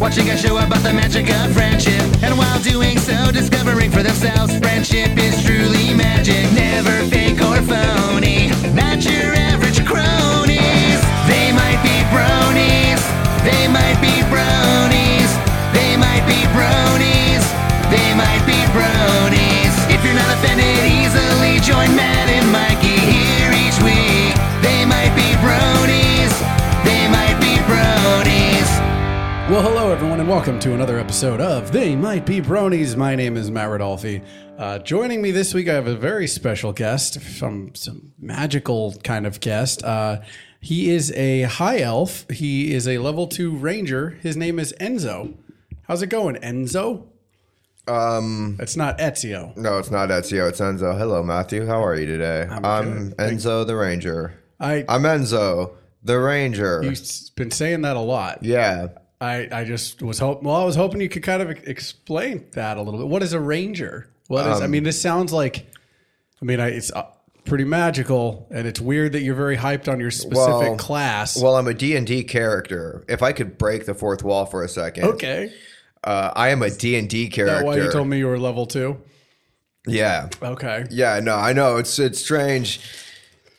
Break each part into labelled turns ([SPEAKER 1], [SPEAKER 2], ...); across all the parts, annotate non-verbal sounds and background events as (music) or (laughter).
[SPEAKER 1] Watching a show about the magic of friendship. And while doing so, discovering for themselves friendship is truly magic. Never fake or phony. Not your average cronies. They might be bronies. They might be bronies. They might be bronies. They might be bronies. If you're not offended easily, join Matt and Mikey here each week. They might be bronies. They might be bronies.
[SPEAKER 2] Well, hello everyone, and welcome to another episode of They Might Be Bronies. My name is Matt Rodolfi. Uh, joining me this week, I have a very special guest, some some magical kind of guest. Uh, he is a high elf. He is a level two ranger. His name is Enzo. How's it going, Enzo? Um, it's not Ezio.
[SPEAKER 3] No, it's not Ezio. It's Enzo. Hello, Matthew. How are you today? I'm, Enzo the Ranger.
[SPEAKER 2] I
[SPEAKER 3] I'm Enzo the Ranger.
[SPEAKER 2] you've s- been saying that a lot.
[SPEAKER 3] yeah.
[SPEAKER 2] I I just was hope. Well, I was hoping you could kind of ex- explain that a little bit. What is a ranger? What is? I
[SPEAKER 3] Um,
[SPEAKER 2] mean, this sounds like. I mean, I, it's uh, pretty magical, and it's weird that you're very hyped on your specific
[SPEAKER 3] Well-
[SPEAKER 2] class.
[SPEAKER 3] Well, I'm a D&D character. If I could break the fourth wall for a second.
[SPEAKER 2] okay. Is
[SPEAKER 3] Uh, I am a D&D character.
[SPEAKER 2] that why you told me you were level two?
[SPEAKER 3] Yeah.
[SPEAKER 2] Okay.
[SPEAKER 3] Yeah, no, I know. It's it's strange.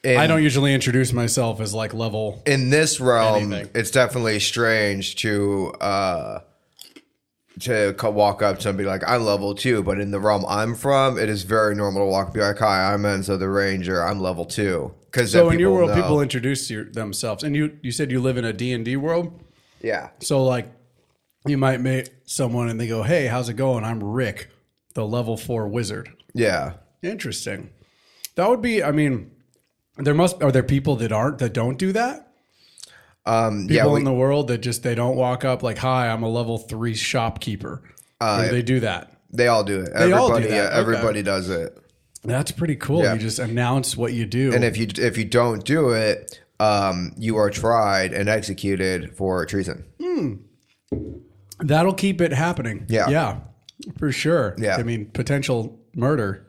[SPEAKER 3] In,
[SPEAKER 2] I don't usually introduce myself as like level.
[SPEAKER 3] in this realm,
[SPEAKER 2] Anything.
[SPEAKER 3] it's definitely strange to uh, to co- walk up to and be like, "I'm level two, but in the realm I'm from, it is very normal to walk and be like, "Hi, I'm Enzo the Ranger. I'm level two. Because
[SPEAKER 2] So in your world, people introduce your, themselves, and you you said you live in a D and D world.
[SPEAKER 3] yeah,
[SPEAKER 2] So like, you might meet someone and they go, "Hey, how's it going? I'm Rick, the level four wizard."
[SPEAKER 3] yeah,
[SPEAKER 2] Interesting. That would be. I mean, there must are there people that aren't that don't do that.
[SPEAKER 3] um, yeah.
[SPEAKER 2] People
[SPEAKER 3] We,
[SPEAKER 2] in the world that just they don't walk up like, "Hi, I'm a level three shopkeeper."
[SPEAKER 3] Uh,
[SPEAKER 2] Or they do that.
[SPEAKER 3] they all do it.
[SPEAKER 2] all do
[SPEAKER 3] Everybody,
[SPEAKER 2] that,
[SPEAKER 3] yeah,
[SPEAKER 2] okay.
[SPEAKER 3] everybody does it.
[SPEAKER 2] That's pretty cool.
[SPEAKER 3] Yeah.
[SPEAKER 2] You just announce what you do.
[SPEAKER 3] And if you if you don't do it, um, you are tried and executed for treason.
[SPEAKER 2] That'll keep it happening.
[SPEAKER 3] Yeah.
[SPEAKER 2] yeah, for sure.
[SPEAKER 3] Yeah.
[SPEAKER 2] I mean, potential murder.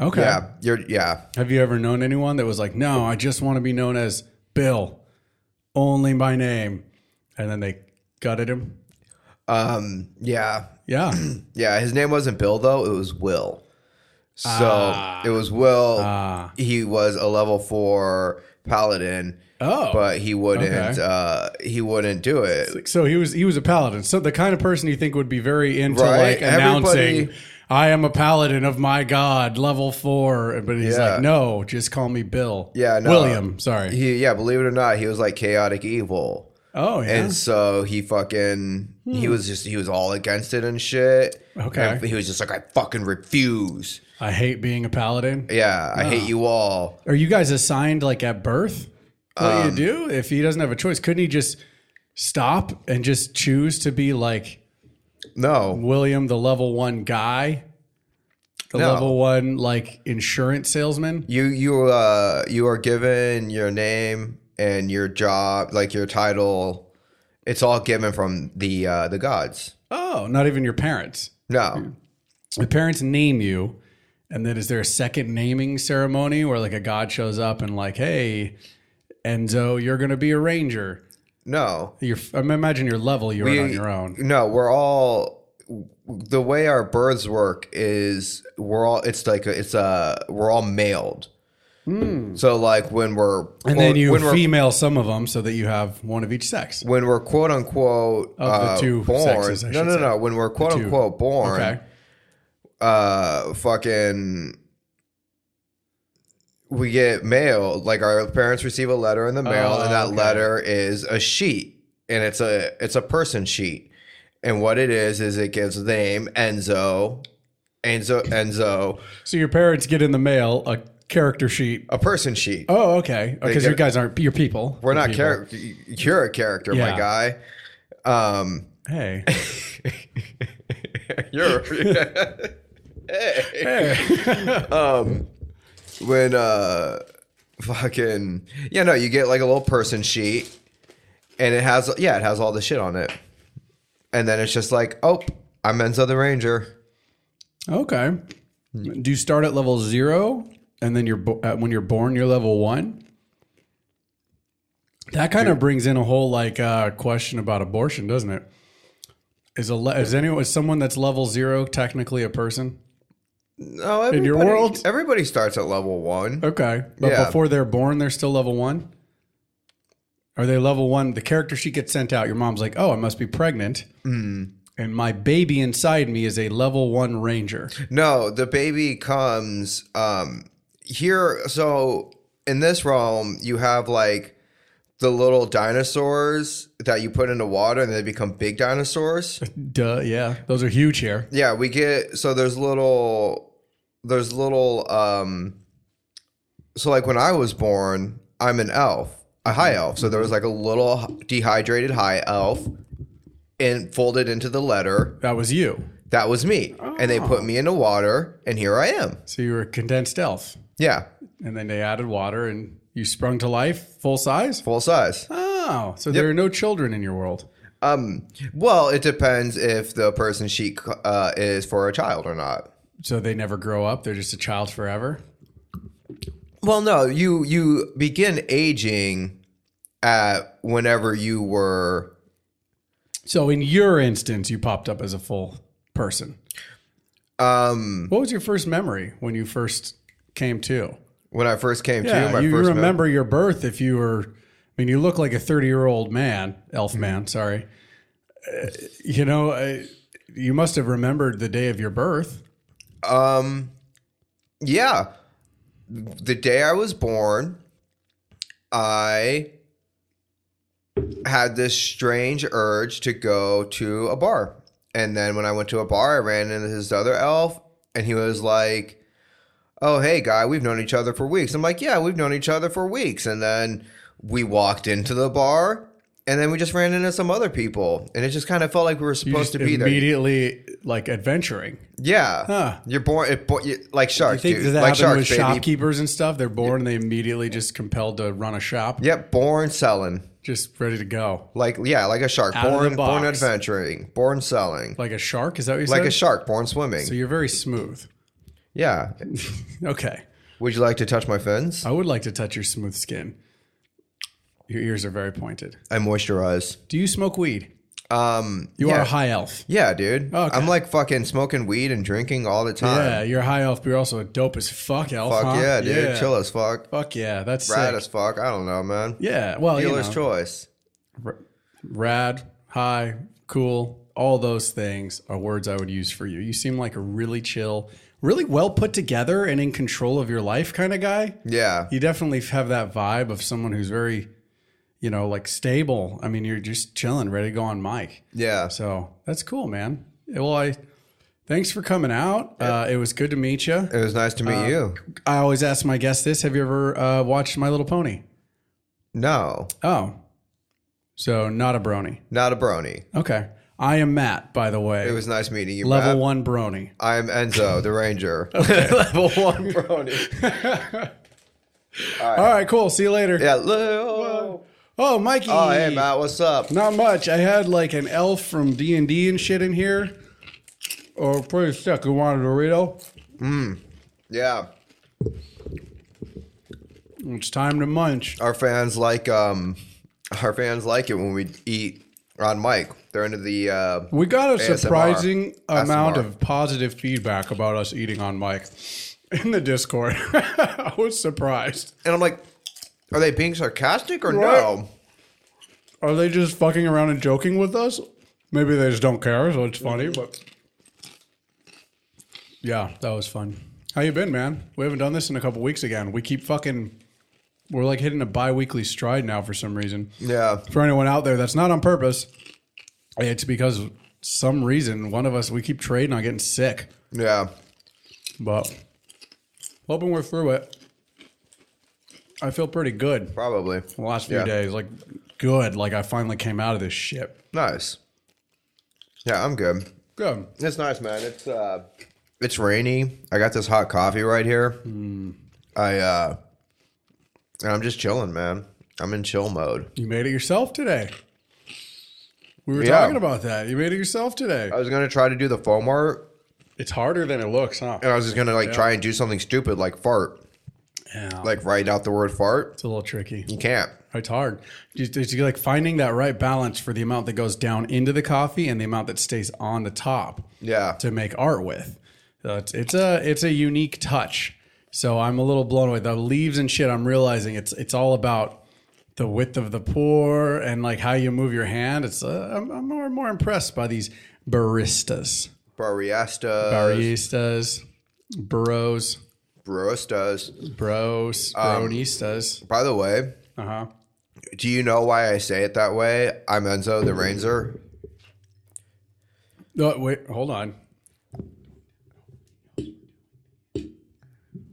[SPEAKER 2] Okay.
[SPEAKER 3] Yeah, you're yeah.
[SPEAKER 2] Have you ever known anyone that was like, "No, I just want to be known as Bill, only my name," and then they gutted him?
[SPEAKER 3] Um, yeah,
[SPEAKER 2] Yeah.
[SPEAKER 3] Yeah, his name wasn't Bill though; it was Will. So
[SPEAKER 2] Ah.
[SPEAKER 3] it was Will. he was a level four paladin,
[SPEAKER 2] Oh.
[SPEAKER 3] but he wouldn't.
[SPEAKER 2] okay.
[SPEAKER 3] Uh, he wouldn't do it.
[SPEAKER 2] So he was he was a paladin. So the kind of person you think would be very into
[SPEAKER 3] Right,
[SPEAKER 2] like announcing,
[SPEAKER 3] everybody-
[SPEAKER 2] "I am a paladin of my god, level four. But he's
[SPEAKER 3] Yeah.
[SPEAKER 2] like, "No, just call me Bill."
[SPEAKER 3] Yeah, no.
[SPEAKER 2] William. Sorry.
[SPEAKER 3] He, yeah, believe it or not, he was like chaotic evil,
[SPEAKER 2] oh yeah. Hmm.
[SPEAKER 3] and so he fucking he was just he was all against it and shit.
[SPEAKER 2] Okay.
[SPEAKER 3] And he was just like, I fucking refuse.
[SPEAKER 2] I hate being a paladin.
[SPEAKER 3] Yeah, I
[SPEAKER 2] Ah.
[SPEAKER 3] hate you all.
[SPEAKER 2] Are you guys assigned like at birth? What do
[SPEAKER 3] Um,
[SPEAKER 2] you do if he doesn't have a choice? Couldn't he just stop and just choose to be like
[SPEAKER 3] No,
[SPEAKER 2] William, the level one guy, the
[SPEAKER 3] No.
[SPEAKER 2] level one like insurance salesman?
[SPEAKER 3] you you uh you are given your name and your job like your title it's all given from the uh the gods
[SPEAKER 2] Oh, not even your parents. Hmm.
[SPEAKER 3] no
[SPEAKER 2] the parents name you and then is there a second naming ceremony where like a god shows up and like hey enzo you're gonna be a ranger
[SPEAKER 3] no
[SPEAKER 2] you're I mean, imagine your level you're on your own
[SPEAKER 3] no we're all the way our births work is we're all it's like a, it's a we're all mailed so like when we're
[SPEAKER 2] Hmm. and then you
[SPEAKER 3] when we're
[SPEAKER 2] female some of them so that you have one of each sex
[SPEAKER 3] when we're quote unquote
[SPEAKER 2] Of the
[SPEAKER 3] uh,
[SPEAKER 2] two
[SPEAKER 3] born
[SPEAKER 2] sexes, I
[SPEAKER 3] no
[SPEAKER 2] should
[SPEAKER 3] no
[SPEAKER 2] say.
[SPEAKER 3] no when we're quote
[SPEAKER 2] two.
[SPEAKER 3] unquote born
[SPEAKER 2] okay
[SPEAKER 3] uh fucking we get mail like our parents receive a letter in the mail
[SPEAKER 2] Oh,
[SPEAKER 3] and that
[SPEAKER 2] okay.
[SPEAKER 3] letter is a sheet and it's a it's a person sheet and what it is is it gives the name enzo enzo enzo
[SPEAKER 2] so your parents get in the mail a character sheet
[SPEAKER 3] a person sheet
[SPEAKER 2] oh okay because
[SPEAKER 3] get-
[SPEAKER 2] you guys aren't your people
[SPEAKER 3] we're
[SPEAKER 2] You're
[SPEAKER 3] not
[SPEAKER 2] people.
[SPEAKER 3] character you're a character
[SPEAKER 2] Yeah.
[SPEAKER 3] my guy um
[SPEAKER 2] hey
[SPEAKER 3] (laughs) you're when uh fucking yeah no you get like a little person sheet and it has yeah it has all the shit on it and then it's just like oh i'm enzo the ranger
[SPEAKER 2] okay do you start at level zero and then you're bo- uh, when you're born you're level one that kind of brings in a whole like uh, question about abortion doesn't it Is a le- is anyone is someone that's level zero technically a person?
[SPEAKER 3] No, everybody,
[SPEAKER 2] your world?
[SPEAKER 3] everybody starts at level one.
[SPEAKER 2] Okay, but
[SPEAKER 3] Yeah.
[SPEAKER 2] before they're born, they're still level one. Are they level one? The character sheet gets sent out. Your mom's like, "Oh, I must be pregnant," Mm-hmm. and my baby inside me is a level one ranger.
[SPEAKER 3] No, the baby comes um here so in this realm you have like the little dinosaurs that you put into water and they become big dinosaurs.
[SPEAKER 2] Duh, yeah, those are huge here.
[SPEAKER 3] yeah, we get so there's little there's little um so like when I was born, I'm an elf, a high elf. So there was like a little dehydrated high elf and folded into the letter.
[SPEAKER 2] That was you.
[SPEAKER 3] That was me. And they put me into water and here I am.
[SPEAKER 2] So you were a condensed elf,
[SPEAKER 3] Yeah.
[SPEAKER 2] and then they added water, and you sprung to life, full size.
[SPEAKER 3] Full size.
[SPEAKER 2] Oh, so there are no children in your world.
[SPEAKER 3] Um, well, it depends if the person she uh, is for a child or not.
[SPEAKER 2] So they never grow up. They're just a child forever.
[SPEAKER 3] Well, no, you you begin aging at whenever you were.
[SPEAKER 2] So in your instance, you popped up as a full person.
[SPEAKER 3] Um,
[SPEAKER 2] What was your first memory when you first came to?
[SPEAKER 3] when I first came to
[SPEAKER 2] Yeah,
[SPEAKER 3] my
[SPEAKER 2] you, you
[SPEAKER 3] first mem-
[SPEAKER 2] remember your birth if you were. I mean, you look like a thirty-year-old man, elf
[SPEAKER 3] Mm-hmm.
[SPEAKER 2] man. Sorry, Uh, you know, I, you must have remembered the day of your birth.
[SPEAKER 3] Um, yeah, the day I was born, I had this strange urge to go to a bar, and then when I went to a bar, I ran into this other elf, and he was like, "Oh, hey, guy, we've known each other for weeks." I'm like, "Yeah, we've known each other for weeks," and then we walked into the bar. And then we just ran into some other people, and it just kind of felt like we were
[SPEAKER 2] You
[SPEAKER 3] supposed to
[SPEAKER 2] just
[SPEAKER 3] be there.
[SPEAKER 2] immediately like adventuring.
[SPEAKER 3] Yeah,
[SPEAKER 2] Huh.
[SPEAKER 3] you're born it, bo- you, like
[SPEAKER 2] I
[SPEAKER 3] sharks,
[SPEAKER 2] think
[SPEAKER 3] dude.
[SPEAKER 2] that happened
[SPEAKER 3] Like sharks,
[SPEAKER 2] with
[SPEAKER 3] baby.
[SPEAKER 2] shopkeepers and stuff. They're born and they immediately just compelled to run a shop,
[SPEAKER 3] Yep, born selling.
[SPEAKER 2] just ready to go.
[SPEAKER 3] Like yeah, like a shark.
[SPEAKER 2] Out of the
[SPEAKER 3] born born
[SPEAKER 2] box.
[SPEAKER 3] adventuring. Born selling.
[SPEAKER 2] Like a shark? Is that what you
[SPEAKER 3] Like
[SPEAKER 2] said?
[SPEAKER 3] a shark, born swimming.
[SPEAKER 2] So you're very smooth.
[SPEAKER 3] yeah.
[SPEAKER 2] Okay.
[SPEAKER 3] Would you like to touch my fins?
[SPEAKER 2] I would like to touch your smooth skin. Your ears are very pointed.
[SPEAKER 3] I moisturize.
[SPEAKER 2] Do you smoke weed?
[SPEAKER 3] Um,
[SPEAKER 2] You
[SPEAKER 3] yeah.
[SPEAKER 2] are a high elf.
[SPEAKER 3] Yeah, dude.
[SPEAKER 2] Okay.
[SPEAKER 3] I'm like fucking smoking weed and drinking all the time.
[SPEAKER 2] Yeah, you're a high elf, but you're also a dope as fuck elf.
[SPEAKER 3] Uh, Fuck
[SPEAKER 2] huh?
[SPEAKER 3] yeah, dude. Chill as fuck.
[SPEAKER 2] Fuck yeah. That's
[SPEAKER 3] Rad
[SPEAKER 2] sick.
[SPEAKER 3] as fuck. I don't know, man.
[SPEAKER 2] Yeah. Well, you
[SPEAKER 3] Dealer's
[SPEAKER 2] know,
[SPEAKER 3] choice.
[SPEAKER 2] r- rad, high, cool, all those things are words I would use for you. You seem like a really chill, really well put together and in control of your life kind of guy.
[SPEAKER 3] Yeah.
[SPEAKER 2] you definitely have that vibe of someone who's very, you know, like stable. I mean, you're just chilling, ready to go on mic.
[SPEAKER 3] Yeah.
[SPEAKER 2] So that's cool, man. Well, I thanks for coming out. Uh, it was good to meet you.
[SPEAKER 3] It was nice to
[SPEAKER 2] uh,
[SPEAKER 3] meet you.
[SPEAKER 2] I always ask my guests this: Have you ever uh, watched My Little Pony?
[SPEAKER 3] No,
[SPEAKER 2] Oh, so not a brony.
[SPEAKER 3] not a brony.
[SPEAKER 2] Okay, I am Matt, by the way.
[SPEAKER 3] It was nice meeting you.
[SPEAKER 2] level
[SPEAKER 3] Matt.
[SPEAKER 2] one brony.
[SPEAKER 3] I'm Enzo,
[SPEAKER 2] (laughs)
[SPEAKER 3] the Ranger. (laughs) Level one brony.
[SPEAKER 2] All right, cool. See you later.
[SPEAKER 3] Yeah. Lil.
[SPEAKER 2] Oh, Mikey.
[SPEAKER 3] Oh, hey, Matt, what's up?
[SPEAKER 2] Not much. I had like an elf from D and D and shit in here. Or pretty stuck. You want a Dorito?
[SPEAKER 3] Yeah.
[SPEAKER 2] It's time to munch.
[SPEAKER 3] Our fans like um, our fans like it when we eat on mic. They're into the uh,
[SPEAKER 2] We got a
[SPEAKER 3] ASMR.
[SPEAKER 2] surprising amount
[SPEAKER 3] ASMR.
[SPEAKER 2] of positive feedback about us eating on mic in the Discord. (laughs) I was surprised.
[SPEAKER 3] and I'm like, are they being sarcastic or no?
[SPEAKER 2] Are they just fucking around and joking with us? Maybe they just don't care, so it's funny. But yeah, that was fun. How you been, man? We haven't done this in a couple weeks again. We keep fucking. We're like hitting a bi-weekly stride now for some reason.
[SPEAKER 3] Yeah.
[SPEAKER 2] for anyone out there that's not on purpose, it's because some reason one of us we keep trading on getting sick.
[SPEAKER 3] Yeah.
[SPEAKER 2] But hoping we're through it. I feel pretty good
[SPEAKER 3] Probably.
[SPEAKER 2] the last few
[SPEAKER 3] Yeah.
[SPEAKER 2] days. Like good. Like I finally came out of this shit.
[SPEAKER 3] Nice. Yeah, I'm good.
[SPEAKER 2] Good.
[SPEAKER 3] It's nice, man. It's uh, it's rainy. I got this hot coffee right here. I uh, and I'm just chilling, man. I'm in chill mode.
[SPEAKER 2] You made it yourself today. We were
[SPEAKER 3] Yeah.
[SPEAKER 2] talking about that. You made it yourself today.
[SPEAKER 3] I was gonna try to do the foam art,
[SPEAKER 2] It's harder than it looks, huh?
[SPEAKER 3] and I was just gonna like try and do something stupid like fart,
[SPEAKER 2] Yeah.
[SPEAKER 3] like write out the word fart.
[SPEAKER 2] it's a little tricky.
[SPEAKER 3] You can't.
[SPEAKER 2] It's hard. Just- It's like finding that right balance for the amount that goes down into the coffee and the amount that stays on the top.
[SPEAKER 3] Yeah.
[SPEAKER 2] To make art with, so it's, it's a it's a unique touch. So I'm a little blown away. The leaves and shit. I'm realizing it's it's all about the width of the pour and like how you move your hand. It's uh, I'm, I'm more and more impressed by these baristas,
[SPEAKER 3] Barriestas,
[SPEAKER 2] baristas, bros,
[SPEAKER 3] Barostas.
[SPEAKER 2] bros, bronistas.
[SPEAKER 3] By the way,
[SPEAKER 2] uh huh.
[SPEAKER 3] Uh-huh. do you know why I say it that way? I'm Enzo the Ranger.
[SPEAKER 2] No, wait, hold on.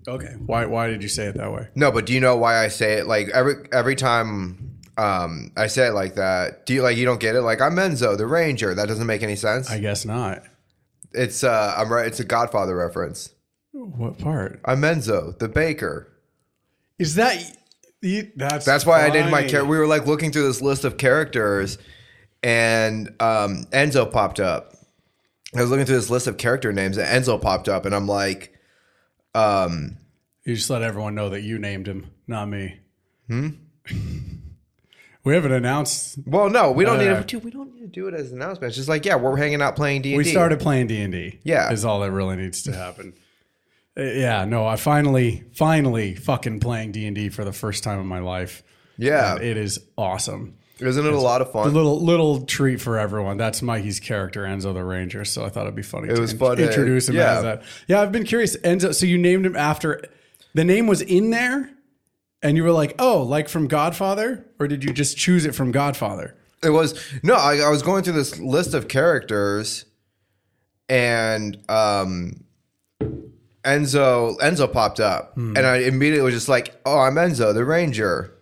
[SPEAKER 2] Okay, why why did you say it that way?
[SPEAKER 3] No, but do you know why I say it like every every time um, I say it like that? Do you like you don't get it? Like I'm Enzo the Ranger. That doesn't make any sense.
[SPEAKER 2] I guess not.
[SPEAKER 3] it's uh, I'm right. It's a Godfather reference.
[SPEAKER 2] What part
[SPEAKER 3] I'm Enzo the Baker.
[SPEAKER 2] is that? You, that's
[SPEAKER 3] That's why I did my
[SPEAKER 2] funny.
[SPEAKER 3] character. We were like looking through this list of characters, and um, Enzo popped up. I was looking through this list of character names, and Enzo popped up, and I'm like, um,
[SPEAKER 2] You just let everyone know that you named him, not me. Hmm. (laughs) we haven't announced.
[SPEAKER 3] "Well, no, we don't
[SPEAKER 2] No,
[SPEAKER 3] need
[SPEAKER 2] no,
[SPEAKER 3] to,
[SPEAKER 2] no.
[SPEAKER 3] dude. We don't need to do it as an announcement. It's just like, yeah, we're hanging out playing D.
[SPEAKER 2] We started playing D and D.
[SPEAKER 3] Yeah.
[SPEAKER 2] is all that really needs to happen. Uh, yeah, no, I finally, finally, fucking playing D and D for the first time in my life.
[SPEAKER 3] Yeah.
[SPEAKER 2] And it is awesome.
[SPEAKER 3] Isn't it a lot of
[SPEAKER 2] a
[SPEAKER 3] fun?
[SPEAKER 2] little little treat for everyone. That's Mikey's character, Enzo the Ranger. So I thought it'd be funny. It to
[SPEAKER 3] was fun to-
[SPEAKER 2] introduce him
[SPEAKER 3] yeah.
[SPEAKER 2] as that. Yeah, I've been curious. Enzo. So you named him after the name was in there, and you were like, oh, like from Godfather, or did you just choose it from Godfather?
[SPEAKER 3] It was no. I, I was going through this list of characters, and um, Enzo Enzo popped up,
[SPEAKER 2] Hmm.
[SPEAKER 3] and I immediately was just like, "Oh, I'm Enzo the Ranger,"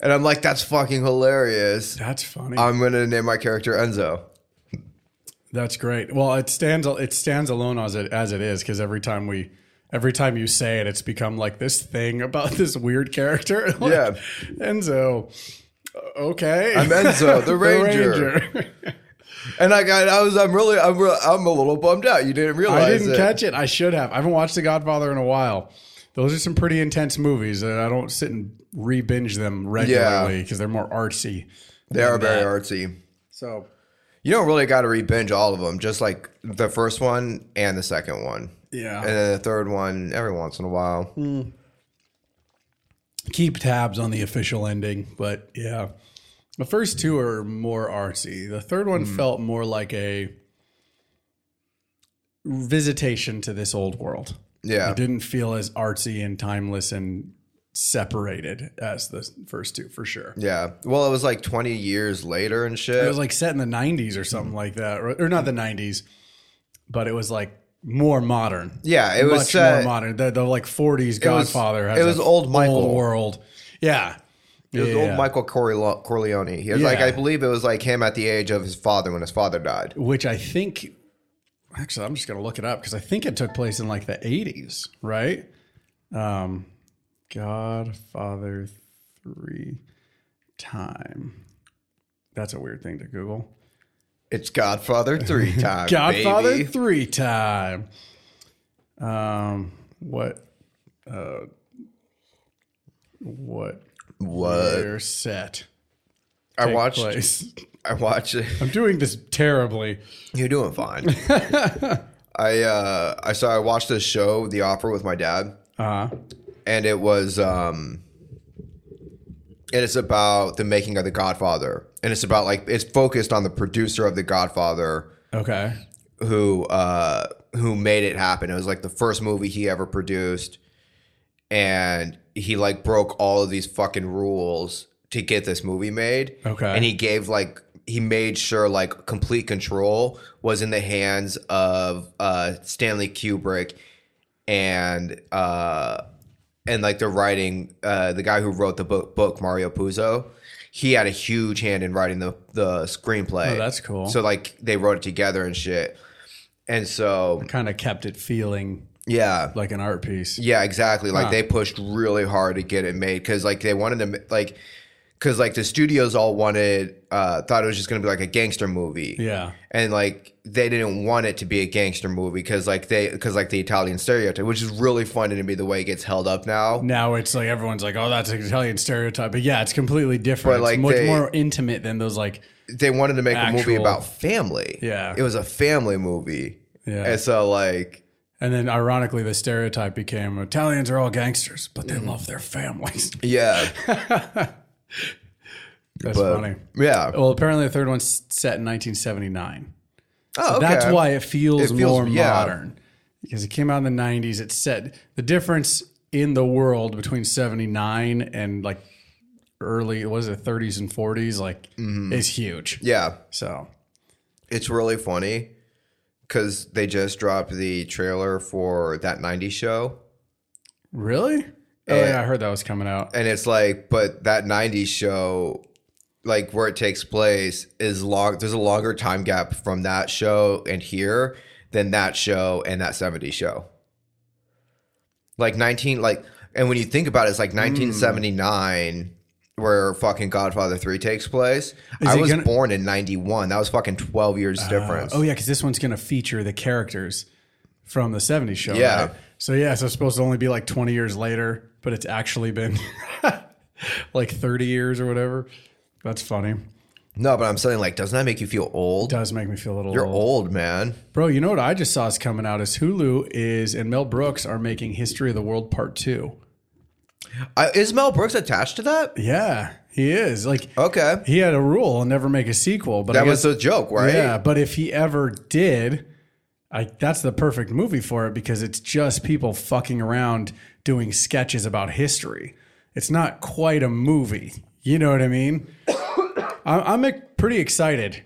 [SPEAKER 3] and I'm like, "That's fucking hilarious."
[SPEAKER 2] That's funny.
[SPEAKER 3] I'm gonna name my character Enzo.
[SPEAKER 2] That's great. Well, it stands it stands alone as it as it is because every time we every time you say it, it's become like this thing about (laughs) this weird character. (laughs) Like,
[SPEAKER 3] Yeah.
[SPEAKER 2] Enzo. Okay,
[SPEAKER 3] I'm
[SPEAKER 2] (laughs)
[SPEAKER 3] Enzo the Ranger, (laughs) and I got. I was. I'm really. I'm. Re- I'm a little bummed out. You didn't realize.
[SPEAKER 2] I didn't
[SPEAKER 3] it.
[SPEAKER 2] catch it. I should have. I haven't watched The Godfather in a while. Those are some pretty intense movies, and I don't sit and re-binge them regularly because they're more artsy.
[SPEAKER 3] They are very artsy.
[SPEAKER 2] So
[SPEAKER 3] You don't really got to re-binge all of them. Just like the first one and the second one.
[SPEAKER 2] Yeah.
[SPEAKER 3] And then the third one every once in a while.
[SPEAKER 2] keep tabs on the official ending, but yeah, the first two are more artsy. The third one
[SPEAKER 3] Hmm.
[SPEAKER 2] felt more like a visitation to this old world.
[SPEAKER 3] Yeah.
[SPEAKER 2] It didn't feel as artsy and timeless and separated as the first two, for sure.
[SPEAKER 3] Yeah. Well, it was like 20 years later and shit.
[SPEAKER 2] It was like set in the 90s or
[SPEAKER 3] Hmm.
[SPEAKER 2] something like that, or, or not the 90s, but it was like more modern.
[SPEAKER 3] Yeah, it was
[SPEAKER 2] much
[SPEAKER 3] set-
[SPEAKER 2] more modern. The, the like 40s Godfather.
[SPEAKER 3] it was
[SPEAKER 2] a
[SPEAKER 3] old Michael.
[SPEAKER 2] world. Yeah,
[SPEAKER 3] it was
[SPEAKER 2] Yeah.
[SPEAKER 3] old Michael Corle- Corleone. He was like,
[SPEAKER 2] Yeah.
[SPEAKER 3] I believe it was like him at the age of his father when his father died.
[SPEAKER 2] which I think. Actually, I'm just gonna look it up because I think it took place in like the 80s, right? Um, Godfather three time. That's a weird thing to Google.
[SPEAKER 3] It's
[SPEAKER 2] (laughs)
[SPEAKER 3] Godfather 3 time.
[SPEAKER 2] Godfather
[SPEAKER 3] baby.
[SPEAKER 2] three time. Um, what? Uh, what?
[SPEAKER 3] What?
[SPEAKER 2] Their set
[SPEAKER 3] Uh, I
[SPEAKER 2] take
[SPEAKER 3] watched.
[SPEAKER 2] place.
[SPEAKER 3] I watched.
[SPEAKER 2] (laughs) I'm doing this terribly.
[SPEAKER 3] You're
[SPEAKER 2] (laughs)
[SPEAKER 3] doing fine. I uh I saw I watched this show, The Offer, with my dad.
[SPEAKER 2] Uh
[SPEAKER 3] and it was um and it's about the making of the godfather and it's about like it's focused on the producer of the godfather
[SPEAKER 2] Okay.
[SPEAKER 3] who uh who made it happen it was like the first movie he ever produced and he like broke all of these fucking rules to get this movie made
[SPEAKER 2] Okay.
[SPEAKER 3] and he gave like he made sure like complete control was in the hands of uh stanley kubrick and uh and like the writing uh the guy who wrote the book, book mario puzo he had a huge hand in writing the the screenplay
[SPEAKER 2] Oh, that's cool.
[SPEAKER 3] so like they wrote it together and shit and so
[SPEAKER 2] Kind of kept it feeling
[SPEAKER 3] yeah
[SPEAKER 2] like an art piece.
[SPEAKER 3] yeah exactly like they pushed really hard to get it made because like they wanted to ma- like because like the studios all wanted uh thought it was just gonna be like a gangster movie
[SPEAKER 2] Yeah.
[SPEAKER 3] and like they didn't want it to be a gangster movie because like they because like the italian stereotype which is really funny to me the way it gets held up now
[SPEAKER 2] Now it's like everyone's like, oh, that's an Italian stereotype. But yeah, it's completely different.
[SPEAKER 3] But, like,
[SPEAKER 2] it's much
[SPEAKER 3] they-
[SPEAKER 2] more intimate than those like
[SPEAKER 3] they wanted to make a movie
[SPEAKER 2] Actual-
[SPEAKER 3] about family
[SPEAKER 2] Yeah.
[SPEAKER 3] it was a family movie
[SPEAKER 2] Yeah.
[SPEAKER 3] and so like
[SPEAKER 2] and then ironically the stereotype became Italians are all gangsters, but they love their families. (laughs)
[SPEAKER 3] yeah
[SPEAKER 2] That's
[SPEAKER 3] but-
[SPEAKER 2] funny. Oh,
[SPEAKER 3] yeah
[SPEAKER 2] Well, apparently the third one's set in 1979.
[SPEAKER 3] oh,
[SPEAKER 2] That's
[SPEAKER 3] okay.
[SPEAKER 2] why it feels,
[SPEAKER 3] It feels-
[SPEAKER 2] more
[SPEAKER 3] yeah.
[SPEAKER 2] modern because it came out in the 90s. It said the difference in the world between 79 and like early, what is it, 30s and 40s, like
[SPEAKER 3] Mm-hmm.
[SPEAKER 2] is huge.
[SPEAKER 3] yeah
[SPEAKER 2] So,
[SPEAKER 3] It's really funny because they just dropped the trailer for that 90s show.
[SPEAKER 2] really? Oh, yeah, I heard that was coming out.
[SPEAKER 3] And it's like, but that 90s show, like where it takes place, is long. There's a longer time gap from that show and here than that show and that 70s show. Like 19, like, and when you think about it, it's like 1979. Where fucking Godfather 3 takes place. I
[SPEAKER 2] it
[SPEAKER 3] was
[SPEAKER 2] gonna-
[SPEAKER 3] born in 91. That was fucking 12 years difference.
[SPEAKER 2] Oh, yeah, because this one's going to feature the characters from the 70s show.
[SPEAKER 3] Yeah.
[SPEAKER 2] right? So, yeah, so it's supposed to only be like 20 years later, but it's actually been (laughs) like 30 years or whatever. That's funny.
[SPEAKER 3] No, but I'm saying, like, doesn't that make you feel old?
[SPEAKER 2] Does make me feel a little
[SPEAKER 3] You're old, man.
[SPEAKER 2] Bro, you know what I just saw is coming out is Hulu is and Mel Brooks are making History of the World Part Two.
[SPEAKER 3] I, is Mel Brooks attached to that?
[SPEAKER 2] Yeah, he is. Like
[SPEAKER 3] Okay.
[SPEAKER 2] he had a rule I'll never make a sequel, but I
[SPEAKER 3] Oh. That was
[SPEAKER 2] guess,
[SPEAKER 3] a joke, right?
[SPEAKER 2] yeah. But if he ever did, I that's the perfect movie for it because it's just people fucking around doing sketches about history. It's not quite a movie. You know what I mean? (coughs) I, I'm ec- pretty excited.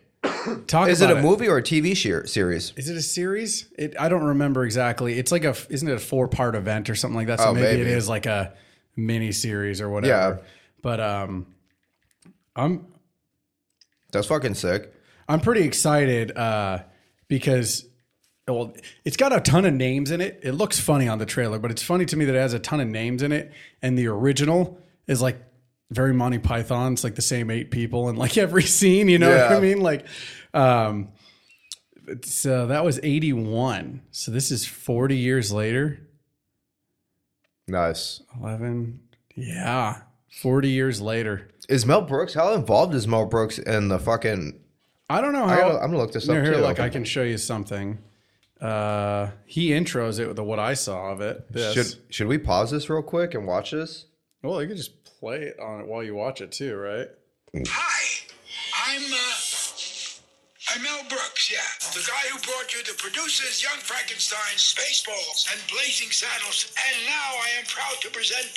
[SPEAKER 2] Talk
[SPEAKER 3] Is it
[SPEAKER 2] about
[SPEAKER 3] a movie or a TV sheer- series?
[SPEAKER 2] Is it a series? It, I don't remember exactly. It's like a isn't it a four part event or something like that? So
[SPEAKER 3] Oh,
[SPEAKER 2] maybe, it
[SPEAKER 3] maybe.
[SPEAKER 2] is like a mini series or whatever.
[SPEAKER 3] Yeah.
[SPEAKER 2] But um, I'm
[SPEAKER 3] That's fucking sick.
[SPEAKER 2] I'm pretty excited uh, because well, it's got a ton of names in it. It looks funny on the trailer, but it's funny to me that it has a ton of names in it, and the original is like very Monty Python. It's like the same eight people in like (laughs) every scene. You know what I
[SPEAKER 3] Yeah.
[SPEAKER 2] mean? Like, um, so that was eighty one. So this is forty years later.
[SPEAKER 3] Nice.
[SPEAKER 2] Eleven, yeah, forty years later.
[SPEAKER 3] Is Mel Brooks, how involved is Mel Brooks in the fucking.
[SPEAKER 2] I don't know how.
[SPEAKER 3] I gotta, I'm gonna look this up
[SPEAKER 2] No,
[SPEAKER 3] too.
[SPEAKER 2] here, look, I can show you something. Uh, he intros it with the, what I saw of it. This.
[SPEAKER 3] should, should we pause this real quick and watch this?
[SPEAKER 2] well, you could just play it on it while you watch it too, right?
[SPEAKER 4] Hi, I'm uh, I'm Mel Brooks. Yeah, the guy who brought you the producers, Young Frankenstein, Spaceballs, and Blazing Saddles. And now I am proud to present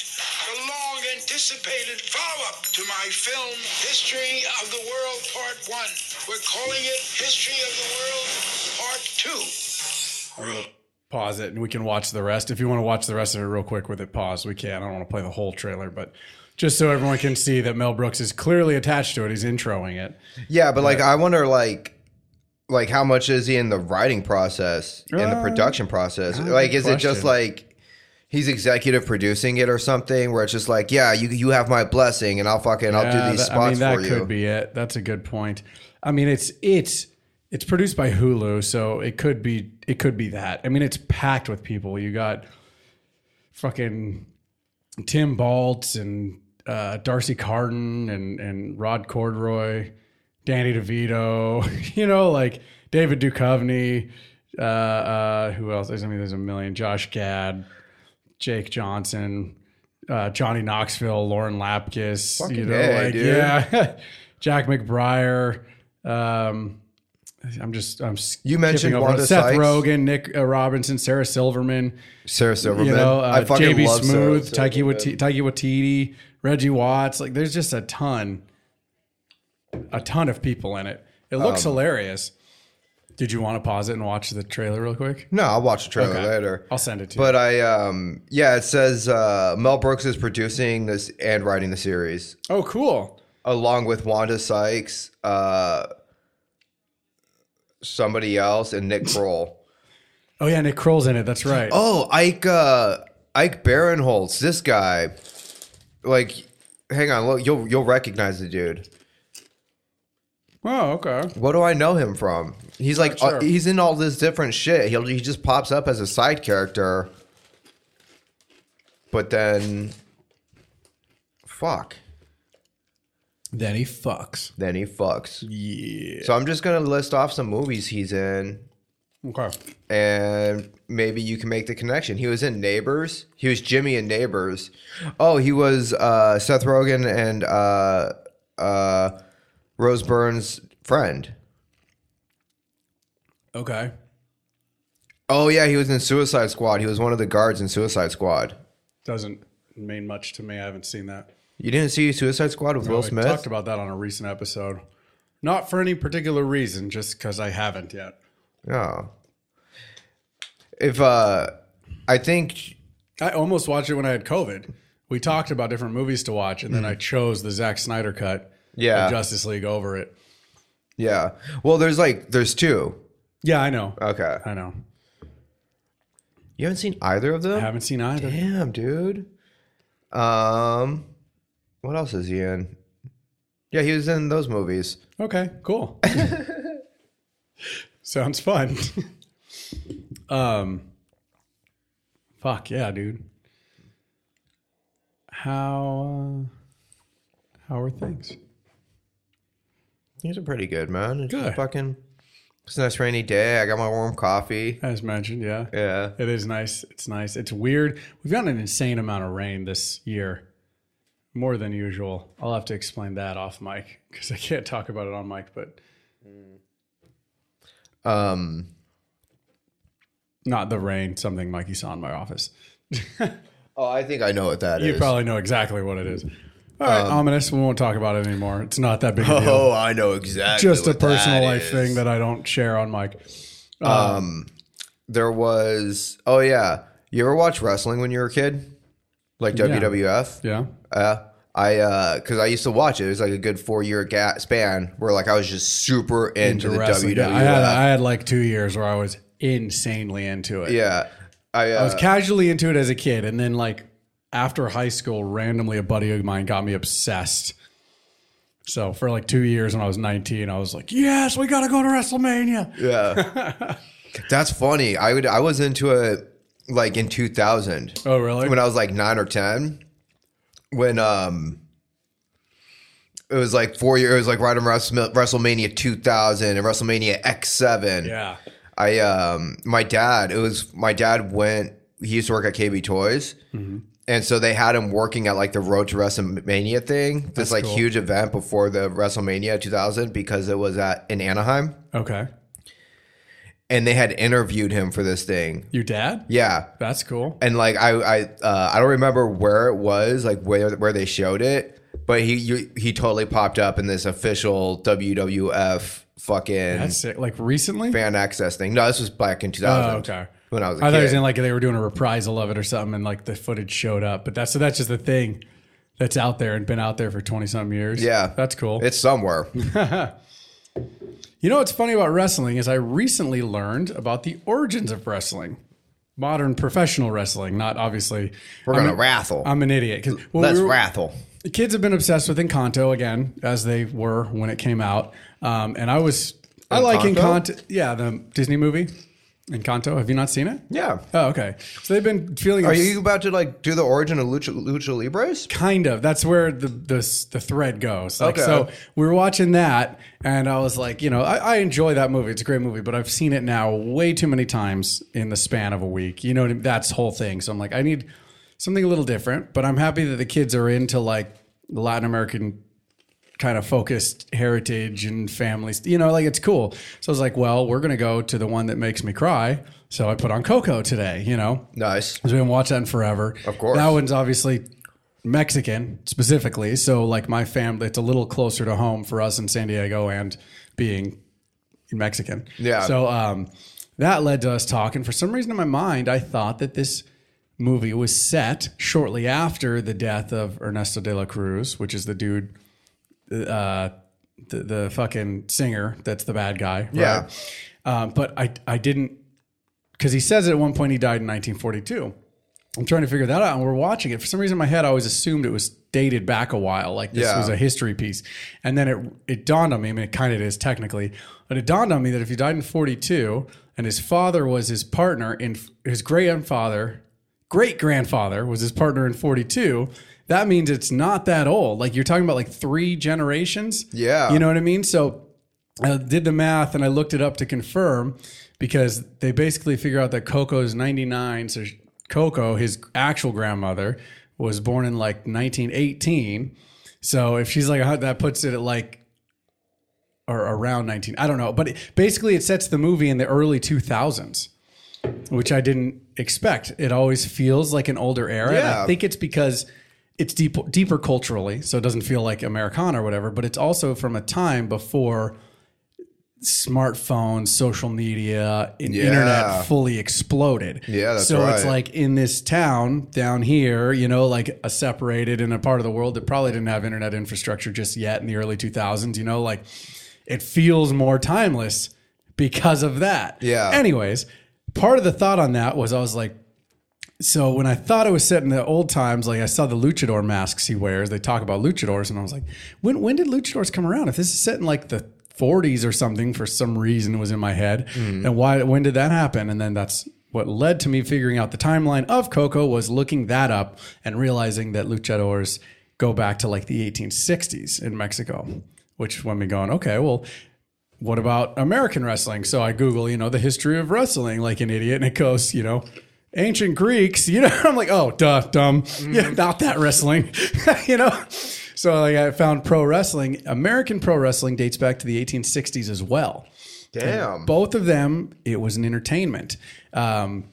[SPEAKER 4] the long-anticipated follow-up to my film, History of the World Part One. We're calling it History of the World Part Two.
[SPEAKER 2] Pause it, and we can watch the rest. If you want to watch the rest of it real quick with it paused, we can. I don't want to play the whole trailer, but just so everyone can see that Mel Brooks is clearly attached to it. He's introing it.
[SPEAKER 3] Yeah, but like, I wonder, like, like how much is he in the writing process in the
[SPEAKER 2] Uh,
[SPEAKER 3] production process? Like,
[SPEAKER 2] good
[SPEAKER 3] is it just
[SPEAKER 2] question.
[SPEAKER 3] like he's executive producing it or something? Where it's just like, yeah, you you have my blessing, and I'll fucking I'll
[SPEAKER 2] Yeah,
[SPEAKER 3] do these
[SPEAKER 2] that-
[SPEAKER 3] spots
[SPEAKER 2] I mean, that
[SPEAKER 3] for
[SPEAKER 2] could
[SPEAKER 3] you.
[SPEAKER 2] be it. That's a good point. I mean, it's it's it's produced by Hulu, so it could be it could be that. I mean, it's packed with people. You got fucking Tim Baltz and uh, Darcy Carden and and Rod Corduroy, Danny DeVito. (laughs) you know, like David Duchovny. Uh, uh, who else? There's- I mean, there's a million. Josh Gad, Jake Johnson, uh, Johnny Knoxville, Lauren Lapkus, you know,
[SPEAKER 3] A,
[SPEAKER 2] like
[SPEAKER 3] dude.
[SPEAKER 2] yeah, (laughs) Jack McBriar. Um, I'm just I'm skipping
[SPEAKER 3] mentioned
[SPEAKER 2] over.
[SPEAKER 3] Wanda
[SPEAKER 2] Seth
[SPEAKER 3] Sykes.
[SPEAKER 2] Rogen, Nick uh, Robinson, Sarah Silverman,
[SPEAKER 3] Sarah Silverman.
[SPEAKER 2] you know, uh,
[SPEAKER 3] I fucking
[SPEAKER 2] JB
[SPEAKER 3] love
[SPEAKER 2] Smooth,
[SPEAKER 3] Sarah
[SPEAKER 2] Taiki Wati- Taiki Watiti, Reggie Watts. Like, there's just a ton, a ton of people in it. It looks
[SPEAKER 3] Um,
[SPEAKER 2] hilarious. Did you want to pause it and watch the trailer real quick?
[SPEAKER 3] No, I'll watch the trailer
[SPEAKER 2] Okay.
[SPEAKER 3] later.
[SPEAKER 2] I'll send it to
[SPEAKER 3] But I, um, yeah, it says uh, Mel Brooks is producing this and writing the series
[SPEAKER 2] you. Oh, cool.
[SPEAKER 3] along with Wanda Sykes, uh, somebody else, and Nick Kroll.
[SPEAKER 2] Oh yeah, Nick Kroll's in it. That's right.
[SPEAKER 3] Oh, Ike uh, Ike Barinholtz, this guy, like Hang on, look, you'll you'll recognize the dude.
[SPEAKER 2] Oh, okay.
[SPEAKER 3] What do I know him from? He's like
[SPEAKER 2] Not sure.
[SPEAKER 3] uh, he's in all this different shit. He'll he just pops up as a side character. But then fuck.
[SPEAKER 2] Then he fucks.
[SPEAKER 3] Then he fucks.
[SPEAKER 2] Yeah.
[SPEAKER 3] So I'm just going to list off some movies he's in
[SPEAKER 2] Okay.
[SPEAKER 3] and maybe you can make the connection. He was in Neighbors. He was Jimmy in Neighbors. Oh, he was uh, Seth Rogen and uh, uh, Rose Byrne's friend.
[SPEAKER 2] Okay.
[SPEAKER 3] Oh yeah, he was in Suicide Squad. He was one of the guards in Suicide Squad.
[SPEAKER 2] Doesn't mean much to me. I haven't seen that.
[SPEAKER 3] You didn't see Suicide Squad with Will
[SPEAKER 2] We
[SPEAKER 3] Smith?
[SPEAKER 2] talked about that on a recent episode. Not for any particular reason, just because I haven't yet.
[SPEAKER 3] no. Oh. If uh, I think
[SPEAKER 2] I almost watched it when I had COVID. We talked about different movies to watch, and then I chose the Zack Snyder cut.
[SPEAKER 3] Mm-hmm. Yeah.
[SPEAKER 2] of Justice League over it.
[SPEAKER 3] yeah. Well, there's like there's two.
[SPEAKER 2] Yeah, I know.
[SPEAKER 3] Okay.
[SPEAKER 2] I know.
[SPEAKER 3] You haven't seen either of
[SPEAKER 2] I
[SPEAKER 3] them?
[SPEAKER 2] haven't seen either.
[SPEAKER 3] Damn, dude. Um, what else is he in? Yeah, he was in those movies.
[SPEAKER 2] Okay,
[SPEAKER 3] (laughs)
[SPEAKER 2] cool. Sounds fun. um, fuck yeah, dude. How uh, how are things?
[SPEAKER 3] These are pretty good, man. It's
[SPEAKER 2] Good.
[SPEAKER 3] Fucking, it's a nice rainy day. I got my warm coffee.
[SPEAKER 2] As mentioned, yeah,
[SPEAKER 3] Yeah.
[SPEAKER 2] it is nice. It's nice. It's weird. We've gotten an insane amount of rain this year, more than usual. I'll have to explain that off mic because I can't talk about it on mic. But
[SPEAKER 3] Um,
[SPEAKER 2] not the rain. Something Mikey saw in my office.
[SPEAKER 3] oh, I think I know what that is. Um,
[SPEAKER 2] You probably know exactly what it is. All right, ominous. We won't talk about it anymore. It's not that big a deal.
[SPEAKER 3] Oh, I know exactly.
[SPEAKER 2] Just a
[SPEAKER 3] what that
[SPEAKER 2] personal life
[SPEAKER 3] is.
[SPEAKER 2] thing that I don't share on mic.
[SPEAKER 3] There was. Oh yeah. You ever watch wrestling when you were a kid? Like WWF?
[SPEAKER 2] Yeah.
[SPEAKER 3] Uh, I uh, cause I used to watch it. It was like a good four year ga- span where like I was just super into, the E.
[SPEAKER 2] Wrestling.
[SPEAKER 3] WWF.
[SPEAKER 2] Yeah, I had I had like two years where I was insanely into it.
[SPEAKER 3] Yeah. I, uh,
[SPEAKER 2] I was casually into it as a kid, and then like after high school, randomly a buddy of mine got me obsessed. So for like two years when I was 19, I was like, "Yes, we got to go to WrestleMania."
[SPEAKER 3] yeah.
[SPEAKER 2] (laughs)
[SPEAKER 3] That's funny. I would I was into it like in 2000
[SPEAKER 2] Oh, really?
[SPEAKER 3] when I was like 9 or 10 when um it was like 4 years it was like right around Wrestle- WrestleMania 2000 and WrestleMania X7.
[SPEAKER 2] yeah.
[SPEAKER 3] I um my dad it was my dad went he used to work at KB Toys.
[SPEAKER 2] Mm-hmm.
[SPEAKER 3] And so they had him working at like the Road to WrestleMania thing, this like
[SPEAKER 2] cool.
[SPEAKER 3] huge event before the WrestleMania 2000 because it was at in Anaheim,
[SPEAKER 2] Okay.
[SPEAKER 3] and they had interviewed him for this thing.
[SPEAKER 2] Your dad?
[SPEAKER 3] Yeah,
[SPEAKER 2] That's cool.
[SPEAKER 3] and like I I uh, I don't remember where it was, like where where they showed it, but he you, he totally popped up in this official WWF fucking
[SPEAKER 2] That's sick. Like recently?
[SPEAKER 3] fan access thing. No, this was back in 2000.
[SPEAKER 2] Oh, okay.
[SPEAKER 3] when I was a
[SPEAKER 2] I thought
[SPEAKER 3] kid.
[SPEAKER 2] it was in like they were doing a reprisal of it or something, and like the footage showed up. But that's so that's just the thing that's out there and been out there for twenty some years.
[SPEAKER 3] Yeah.
[SPEAKER 2] that's cool.
[SPEAKER 3] It's somewhere.
[SPEAKER 2] you know what's funny about wrestling is I recently learned about the origins of wrestling, modern professional wrestling. Not obviously.
[SPEAKER 3] We're
[SPEAKER 2] I'm
[SPEAKER 3] gonna
[SPEAKER 2] a-
[SPEAKER 3] raffle.
[SPEAKER 2] I'm an idiot because
[SPEAKER 3] Let's raffle.
[SPEAKER 2] kids have been obsessed with Encanto again, as they were when it came out. Um, and I was, I like
[SPEAKER 3] Encanto?
[SPEAKER 2] Encanto. Yeah, the Disney movie, Encanto. Have you not seen it?
[SPEAKER 3] Yeah.
[SPEAKER 2] Oh, okay. So they've been feeling.
[SPEAKER 3] Are
[SPEAKER 2] obs-
[SPEAKER 3] you about to like do the origin of Lucha, Lucha Libres?
[SPEAKER 2] kind of that's where the the, the thread goes like
[SPEAKER 3] Okay.
[SPEAKER 2] so we were watching that and i was like you know I, I enjoy that movie it's a great movie but i've seen it now way too many times in the span of a week you know what I mean? that's whole thing so i'm like i need something a little different but i'm happy that the kids are into like latin american kind of focused heritage and families you know like it's cool so i was like well we're gonna go to the one that makes me cry so i put on coco today you know
[SPEAKER 3] Nice.
[SPEAKER 2] because we haven't watched that in forever. Of
[SPEAKER 3] course.
[SPEAKER 2] That one's obviously Mexican specifically. So, like, my family, it's a little closer to home for us in San Diego and being Mexican.
[SPEAKER 3] Yeah.
[SPEAKER 2] So, um, that led to us talking. For some reason in my mind, I thought that this movie was set shortly after the death of Ernesto de la Cruz, which is the dude, uh, the, the fucking singer that's the bad guy. Right?
[SPEAKER 3] Yeah.
[SPEAKER 2] Uh, Um, but I, I didn't, because he says at one point he died in 1942. I'm trying to figure that out. And we're watching it. For some reason, in my head, I always assumed it was dated back a while, like this
[SPEAKER 3] Yeah.
[SPEAKER 2] was a history piece. And then it it dawned on me. I mean, it kind of is technically, but it dawned on me that if he died in 42 and his father was his partner in his great grandfather, great grandfather was his partner in 42. That means it's not that old. Like you're talking about like three generations.
[SPEAKER 3] Yeah.
[SPEAKER 2] You know what I mean? So I did the math and I looked it up to confirm because they basically figure out that Coco's 99. So Coco, his actual grandmother, was born in like 1918. So if she's like, a hun- that puts it at like, or around 19, I don't know. But it, basically, it sets the movie in the early 2000s, which I didn't expect. It always feels like an older era. And I
[SPEAKER 3] Yeah.
[SPEAKER 2] think it's because it's deep, deeper culturally. So it doesn't feel like Americana or whatever, but it's also from a time before smartphones, social media, and
[SPEAKER 3] Yeah.
[SPEAKER 2] internet fully exploded.
[SPEAKER 3] Yeah, that's
[SPEAKER 2] so it's
[SPEAKER 3] right.
[SPEAKER 2] like in this town down here, you know, like a separated in a part of the world that probably didn't have internet infrastructure just yet in the early 2000s, you know, like it feels more timeless because of that.
[SPEAKER 3] Yeah.
[SPEAKER 2] Anyways, part of the thought on that was I was like, so when I thought it was set in the old times, like I saw the luchador masks he wears, they talk about luchadors, and I was like, when when did luchadors come around? If this is set in like the 40s or something, for some reason was in my head, and why when did that happen? And then that's what led to me figuring out the timeline of Coco was looking that up and realizing that luchadors go back to like the 1860s in Mexico, which when me going, okay, well, what about American wrestling? So I Google, you know, the history of wrestling like an idiot, and it goes, you know, ancient Greeks, you know, (laughs) I'm like, oh, duh, dumb. (laughs) Yeah, not that wrestling, (laughs) you know? So like I found pro wrestling. American pro wrestling dates back to the 1860s as well.
[SPEAKER 3] Damn.
[SPEAKER 2] Both of them, it was an entertainment. Um,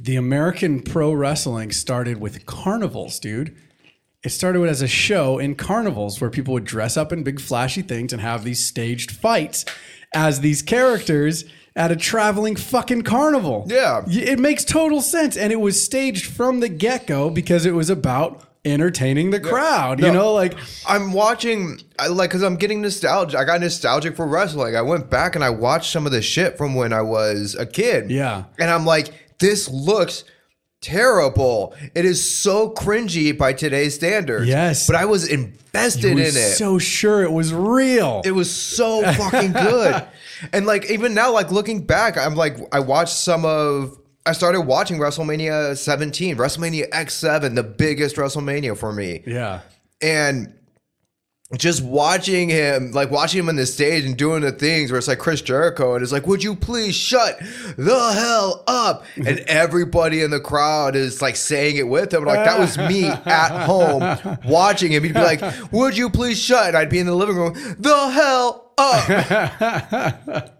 [SPEAKER 2] the American pro wrestling started with carnivals, dude. It started as a show in carnivals where people would dress up in big flashy things and have these staged fights as these characters at a traveling fucking carnival.
[SPEAKER 3] Yeah.
[SPEAKER 2] Y- It makes total sense. And it was staged from the get go because it was about entertaining the crowd. You
[SPEAKER 3] No.
[SPEAKER 2] know, like,
[SPEAKER 3] I'm watching, I, like, because I'm getting nostalgic. I got nostalgic for wrestling. I went back and I watched some of the shit from when I was a kid.
[SPEAKER 2] Yeah.
[SPEAKER 3] And I'm like, this looks terrible. It is so cringy by today's standards.
[SPEAKER 2] Yes.
[SPEAKER 3] But I was invested
[SPEAKER 2] we're
[SPEAKER 3] in it.
[SPEAKER 2] so sure it was real.
[SPEAKER 3] it was so fucking good. and like, even now, like, looking back, I'm like, I watched some of. I started watching WrestleMania 17, WrestleMania X7, the biggest WrestleMania for me
[SPEAKER 2] yeah.
[SPEAKER 3] and just watching him, like watching him on the stage and doing the things where it's like Chris Jericho, and it's like, would you please shut the hell (laughs) up? And everybody in the crowd is like saying it with him. Like, that was (laughs) me at home watching him. He'd be like, would you please shut? And I'd be in the living room, the hell (laughs) up.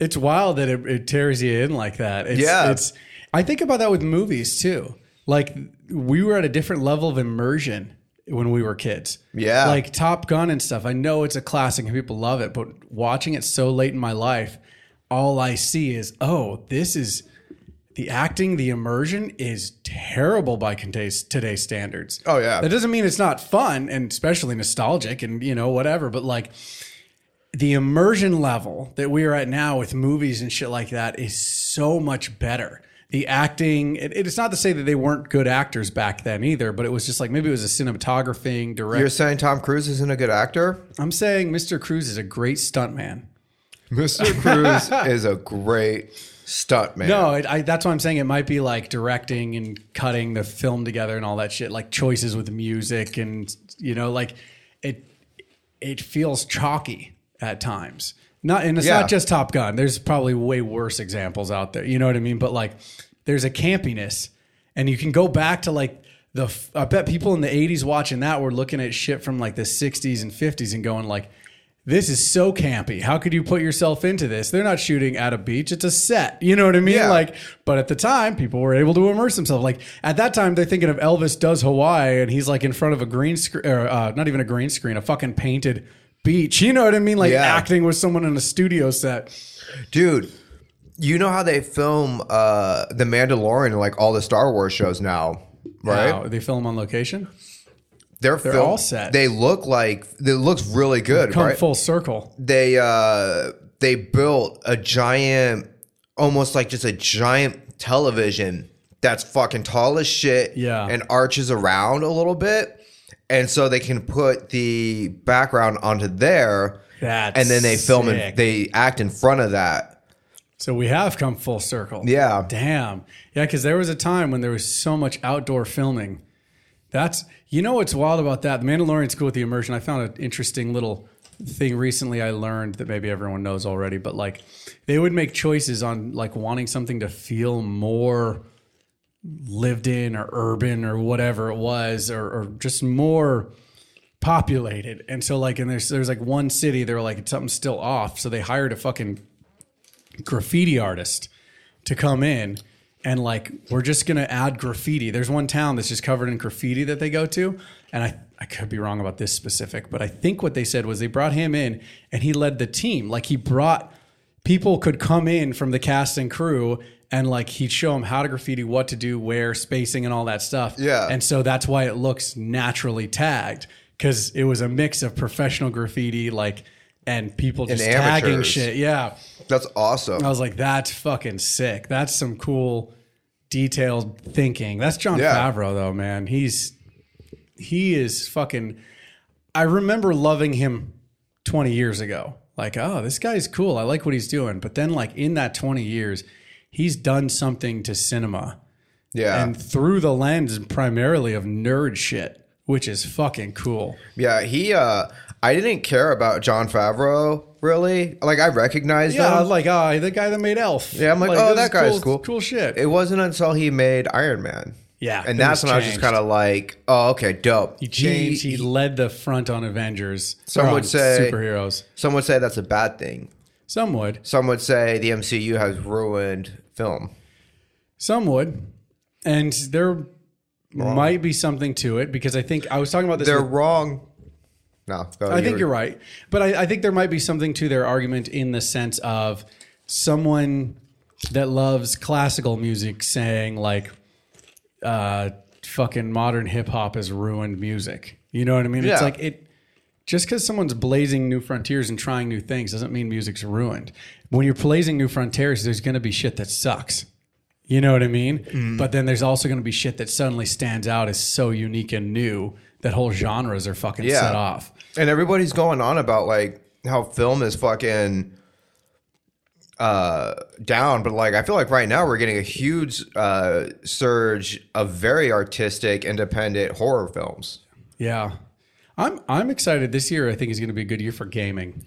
[SPEAKER 2] It's wild that it, it tears you in like that. It's,
[SPEAKER 3] Yeah.
[SPEAKER 2] It's, I think about that with movies too. Like we were at a different level of immersion when we were kids.
[SPEAKER 3] Yeah.
[SPEAKER 2] Like Top Gun and stuff. I know it's a classic and people love it, but watching it so late in my life, all I see is, oh, this is the acting, the immersion is terrible by today's, today's standards.
[SPEAKER 3] Oh, yeah.
[SPEAKER 2] That doesn't mean it's not fun and especially nostalgic and, you know, whatever, but like, the immersion level that we are at now with movies and shit like that is so much better. The acting, it, it's not to say that they weren't good actors back then either, but it was just like maybe it was a cinematographing director.
[SPEAKER 3] You're saying Tom Cruise isn't a good actor?
[SPEAKER 2] I'm saying Mr. Cruz is a great stuntman.
[SPEAKER 3] Mr. (laughs) Cruise is a great stuntman.
[SPEAKER 2] No, it, I, that's why I'm saying it might be like directing and cutting the film together and all that shit, like choices with music and you know, like it it feels chalky at times. Not and it's
[SPEAKER 3] Yeah.
[SPEAKER 2] not just Top Gun. There's probably way worse examples out there. You know what I mean? But like, there's a campiness, and you can go back to like the. f- I bet people in the '80s watching that were looking at shit from like the '60s and '50s and going like, "This is so campy. How could you put yourself into this? They're not shooting at a beach. It's a set. You know what I mean?
[SPEAKER 3] Yeah.
[SPEAKER 2] Like, but at the time, people were able to immerse themselves. Like at that time, they're thinking of Elvis does Hawaii, and he's like in front of a green screen, or uh, not even a green screen, a fucking painted beach. You know what I mean? Like
[SPEAKER 3] Yeah.
[SPEAKER 2] acting with someone in a studio set.
[SPEAKER 3] dude you know how they film uh the mandalorian and, like all the star wars shows now right
[SPEAKER 2] Wow, they film on location.
[SPEAKER 3] they're, film-
[SPEAKER 2] all set.
[SPEAKER 3] they look like it looks really good
[SPEAKER 2] Come
[SPEAKER 3] right
[SPEAKER 2] full circle.
[SPEAKER 3] they uh they built a giant almost like just a giant television that's fucking tall as shit
[SPEAKER 2] Yeah.
[SPEAKER 3] and arches around a little bit. And so they can put the background onto there.
[SPEAKER 2] That's
[SPEAKER 3] and then they film
[SPEAKER 2] sick.
[SPEAKER 3] and they act in front of that.
[SPEAKER 2] So we have come full circle.
[SPEAKER 3] Yeah.
[SPEAKER 2] Damn. Yeah, because there was a time when there was so much outdoor filming. That's you know what's wild about that. The Mandalorian's cool with the immersion. I found an interesting little thing recently I learned that maybe everyone knows already, but like they would make choices on like wanting something to feel more lived in or urban or whatever it was, or, or just more populated. And so like and there's there's like one city, they were like something's still off. So they hired a fucking graffiti artist to come in and like we're just gonna add graffiti. There's one town that's just covered in graffiti that they go to, and I I could be wrong about this specific, but I think what they said was they brought him in and he led the team. Like he brought people could come in from the cast and crew and like he'd show them how to graffiti, what to do, where, spacing, and all that stuff.
[SPEAKER 3] Yeah.
[SPEAKER 2] and so that's why it looks naturally tagged because it was a mix of professional graffiti like and people just tagging
[SPEAKER 3] amateurs.
[SPEAKER 2] shit. Yeah.
[SPEAKER 3] That's awesome.
[SPEAKER 2] I was like, that's fucking sick. That's some cool, detailed thinking. That's John
[SPEAKER 3] Yeah.
[SPEAKER 2] Favreau, though, man. He's he is fucking. I remember loving him twenty years ago. Like, oh, this guy's cool. I like what he's doing. But then, like in that twenty years, he's done something to cinema
[SPEAKER 3] yeah.
[SPEAKER 2] and through the lens primarily of nerd shit, which is fucking cool.
[SPEAKER 3] Yeah, he. uh I didn't care about John Favreau really. Like I recognized
[SPEAKER 2] Yeah,
[SPEAKER 3] him.
[SPEAKER 2] like ah, the guy that made Elf.
[SPEAKER 3] yeah, I'm like, oh,
[SPEAKER 2] this
[SPEAKER 3] that
[SPEAKER 2] is
[SPEAKER 3] guy's
[SPEAKER 2] cool,
[SPEAKER 3] cool.
[SPEAKER 2] Cool shit.
[SPEAKER 3] It wasn't until he made Iron Man.
[SPEAKER 2] Yeah,
[SPEAKER 3] and
[SPEAKER 2] things
[SPEAKER 3] that's when I was just
[SPEAKER 2] changed.
[SPEAKER 3] kind of like, oh, okay, dope.
[SPEAKER 2] He changed. He, led the front on Avengers.
[SPEAKER 3] Some
[SPEAKER 2] or
[SPEAKER 3] would
[SPEAKER 2] on
[SPEAKER 3] say-
[SPEAKER 2] superheroes.
[SPEAKER 3] Some would say that's a bad thing.
[SPEAKER 2] Some would.
[SPEAKER 3] Some would say the MCU has ruined film.
[SPEAKER 2] Some would. And there might be something to it because I think I was talking about this.
[SPEAKER 3] They're
[SPEAKER 2] with-
[SPEAKER 3] wrong. No, go,
[SPEAKER 2] I think
[SPEAKER 3] were-
[SPEAKER 2] you're right, but I, I think there might be something to their argument in the sense of someone that loves classical music saying like, uh, "Fucking modern hip hop has ruined music." You know what I mean? It's
[SPEAKER 3] Yeah.
[SPEAKER 2] like it. Just because someone's blazing new frontiers and trying new things doesn't mean music's ruined. When you're blazing new frontiers, there's going to be shit that sucks. You know what I mean?
[SPEAKER 3] Mm.
[SPEAKER 2] But then there's also going to be shit that suddenly stands out as so unique and new that whole genres are fucking
[SPEAKER 3] Yeah.
[SPEAKER 2] set off.
[SPEAKER 3] And everybody's going on about like how film is fucking uh down, but like I feel like right now we're getting a huge uh surge of very artistic independent horror films.
[SPEAKER 2] Yeah. I'm I'm excited this year. I think is going to be a good year for gaming.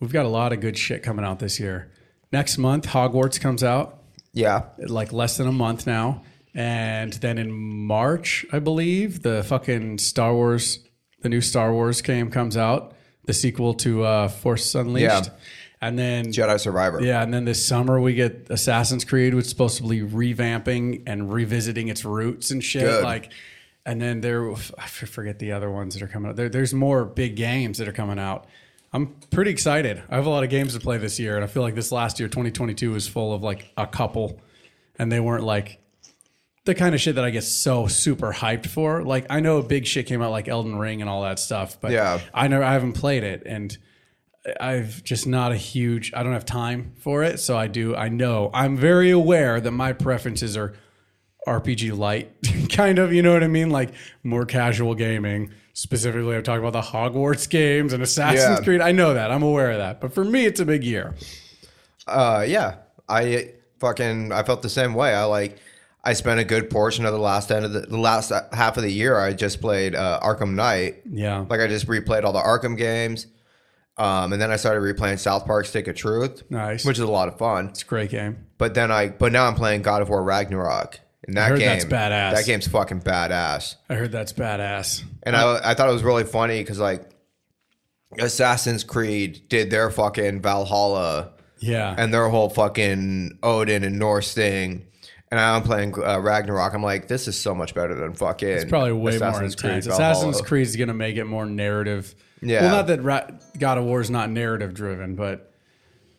[SPEAKER 2] We've got a lot of good shit coming out this year. Next month Hogwarts comes out
[SPEAKER 3] Yeah.
[SPEAKER 2] like less than a month now. And then in March, I believe, the fucking Star Wars, the new Star Wars game comes out, the sequel to uh, Force Unleashed.
[SPEAKER 3] Yeah.
[SPEAKER 2] And then
[SPEAKER 3] Jedi Survivor.
[SPEAKER 2] yeah, and then this summer we get Assassin's Creed, which is supposed to be revamping and revisiting its roots and shit.
[SPEAKER 3] Good.
[SPEAKER 2] Like, and then there, I forget the other ones that are coming out. There, there's more big games that are coming out. I'm pretty excited. I have a lot of games to play this year, and I feel like this last year, 2022, was full of like a couple, and they weren't like the kind of shit that I get so super hyped for. Like, I know big shit came out like Elden Ring and all that stuff, but
[SPEAKER 3] Yeah.
[SPEAKER 2] I know I haven't played it, and I've just not a huge. I don't have time for it, so I do. I know I'm very aware that my preferences are RPG light, (laughs) kind of. You know what I mean? Like more casual gaming. Specifically, I'm talking about the Hogwarts games and Assassin's
[SPEAKER 3] Yeah.
[SPEAKER 2] Creed. I know that. I'm aware of that. But for me, it's a big year.
[SPEAKER 3] Uh yeah. I fucking I felt the same way. I like I spent a good portion of the last end of the, the last half of the year I just played uh, Arkham Knight.
[SPEAKER 2] Yeah.
[SPEAKER 3] Like I just replayed all the Arkham games. Um, and then I started replaying South Park Stick of Truth.
[SPEAKER 2] Nice.
[SPEAKER 3] Which is a lot of fun.
[SPEAKER 2] it's a great game.
[SPEAKER 3] But then I but now I'm playing God of War Ragnarok. And that
[SPEAKER 2] heard
[SPEAKER 3] game
[SPEAKER 2] that's badass.
[SPEAKER 3] That game's fucking badass.
[SPEAKER 2] I heard that's badass.
[SPEAKER 3] And I I thought it was really funny because like Assassin's Creed did their fucking Valhalla
[SPEAKER 2] Yeah.
[SPEAKER 3] and their whole fucking Odin and Norse thing. And I'm playing uh, Ragnarok. I'm like, this is so much better than fucking. It's
[SPEAKER 2] probably way more intense. Assassin's Creed is going to make it more narrative.
[SPEAKER 3] Yeah.
[SPEAKER 2] Well, not that Ra- God of War is not narrative driven, but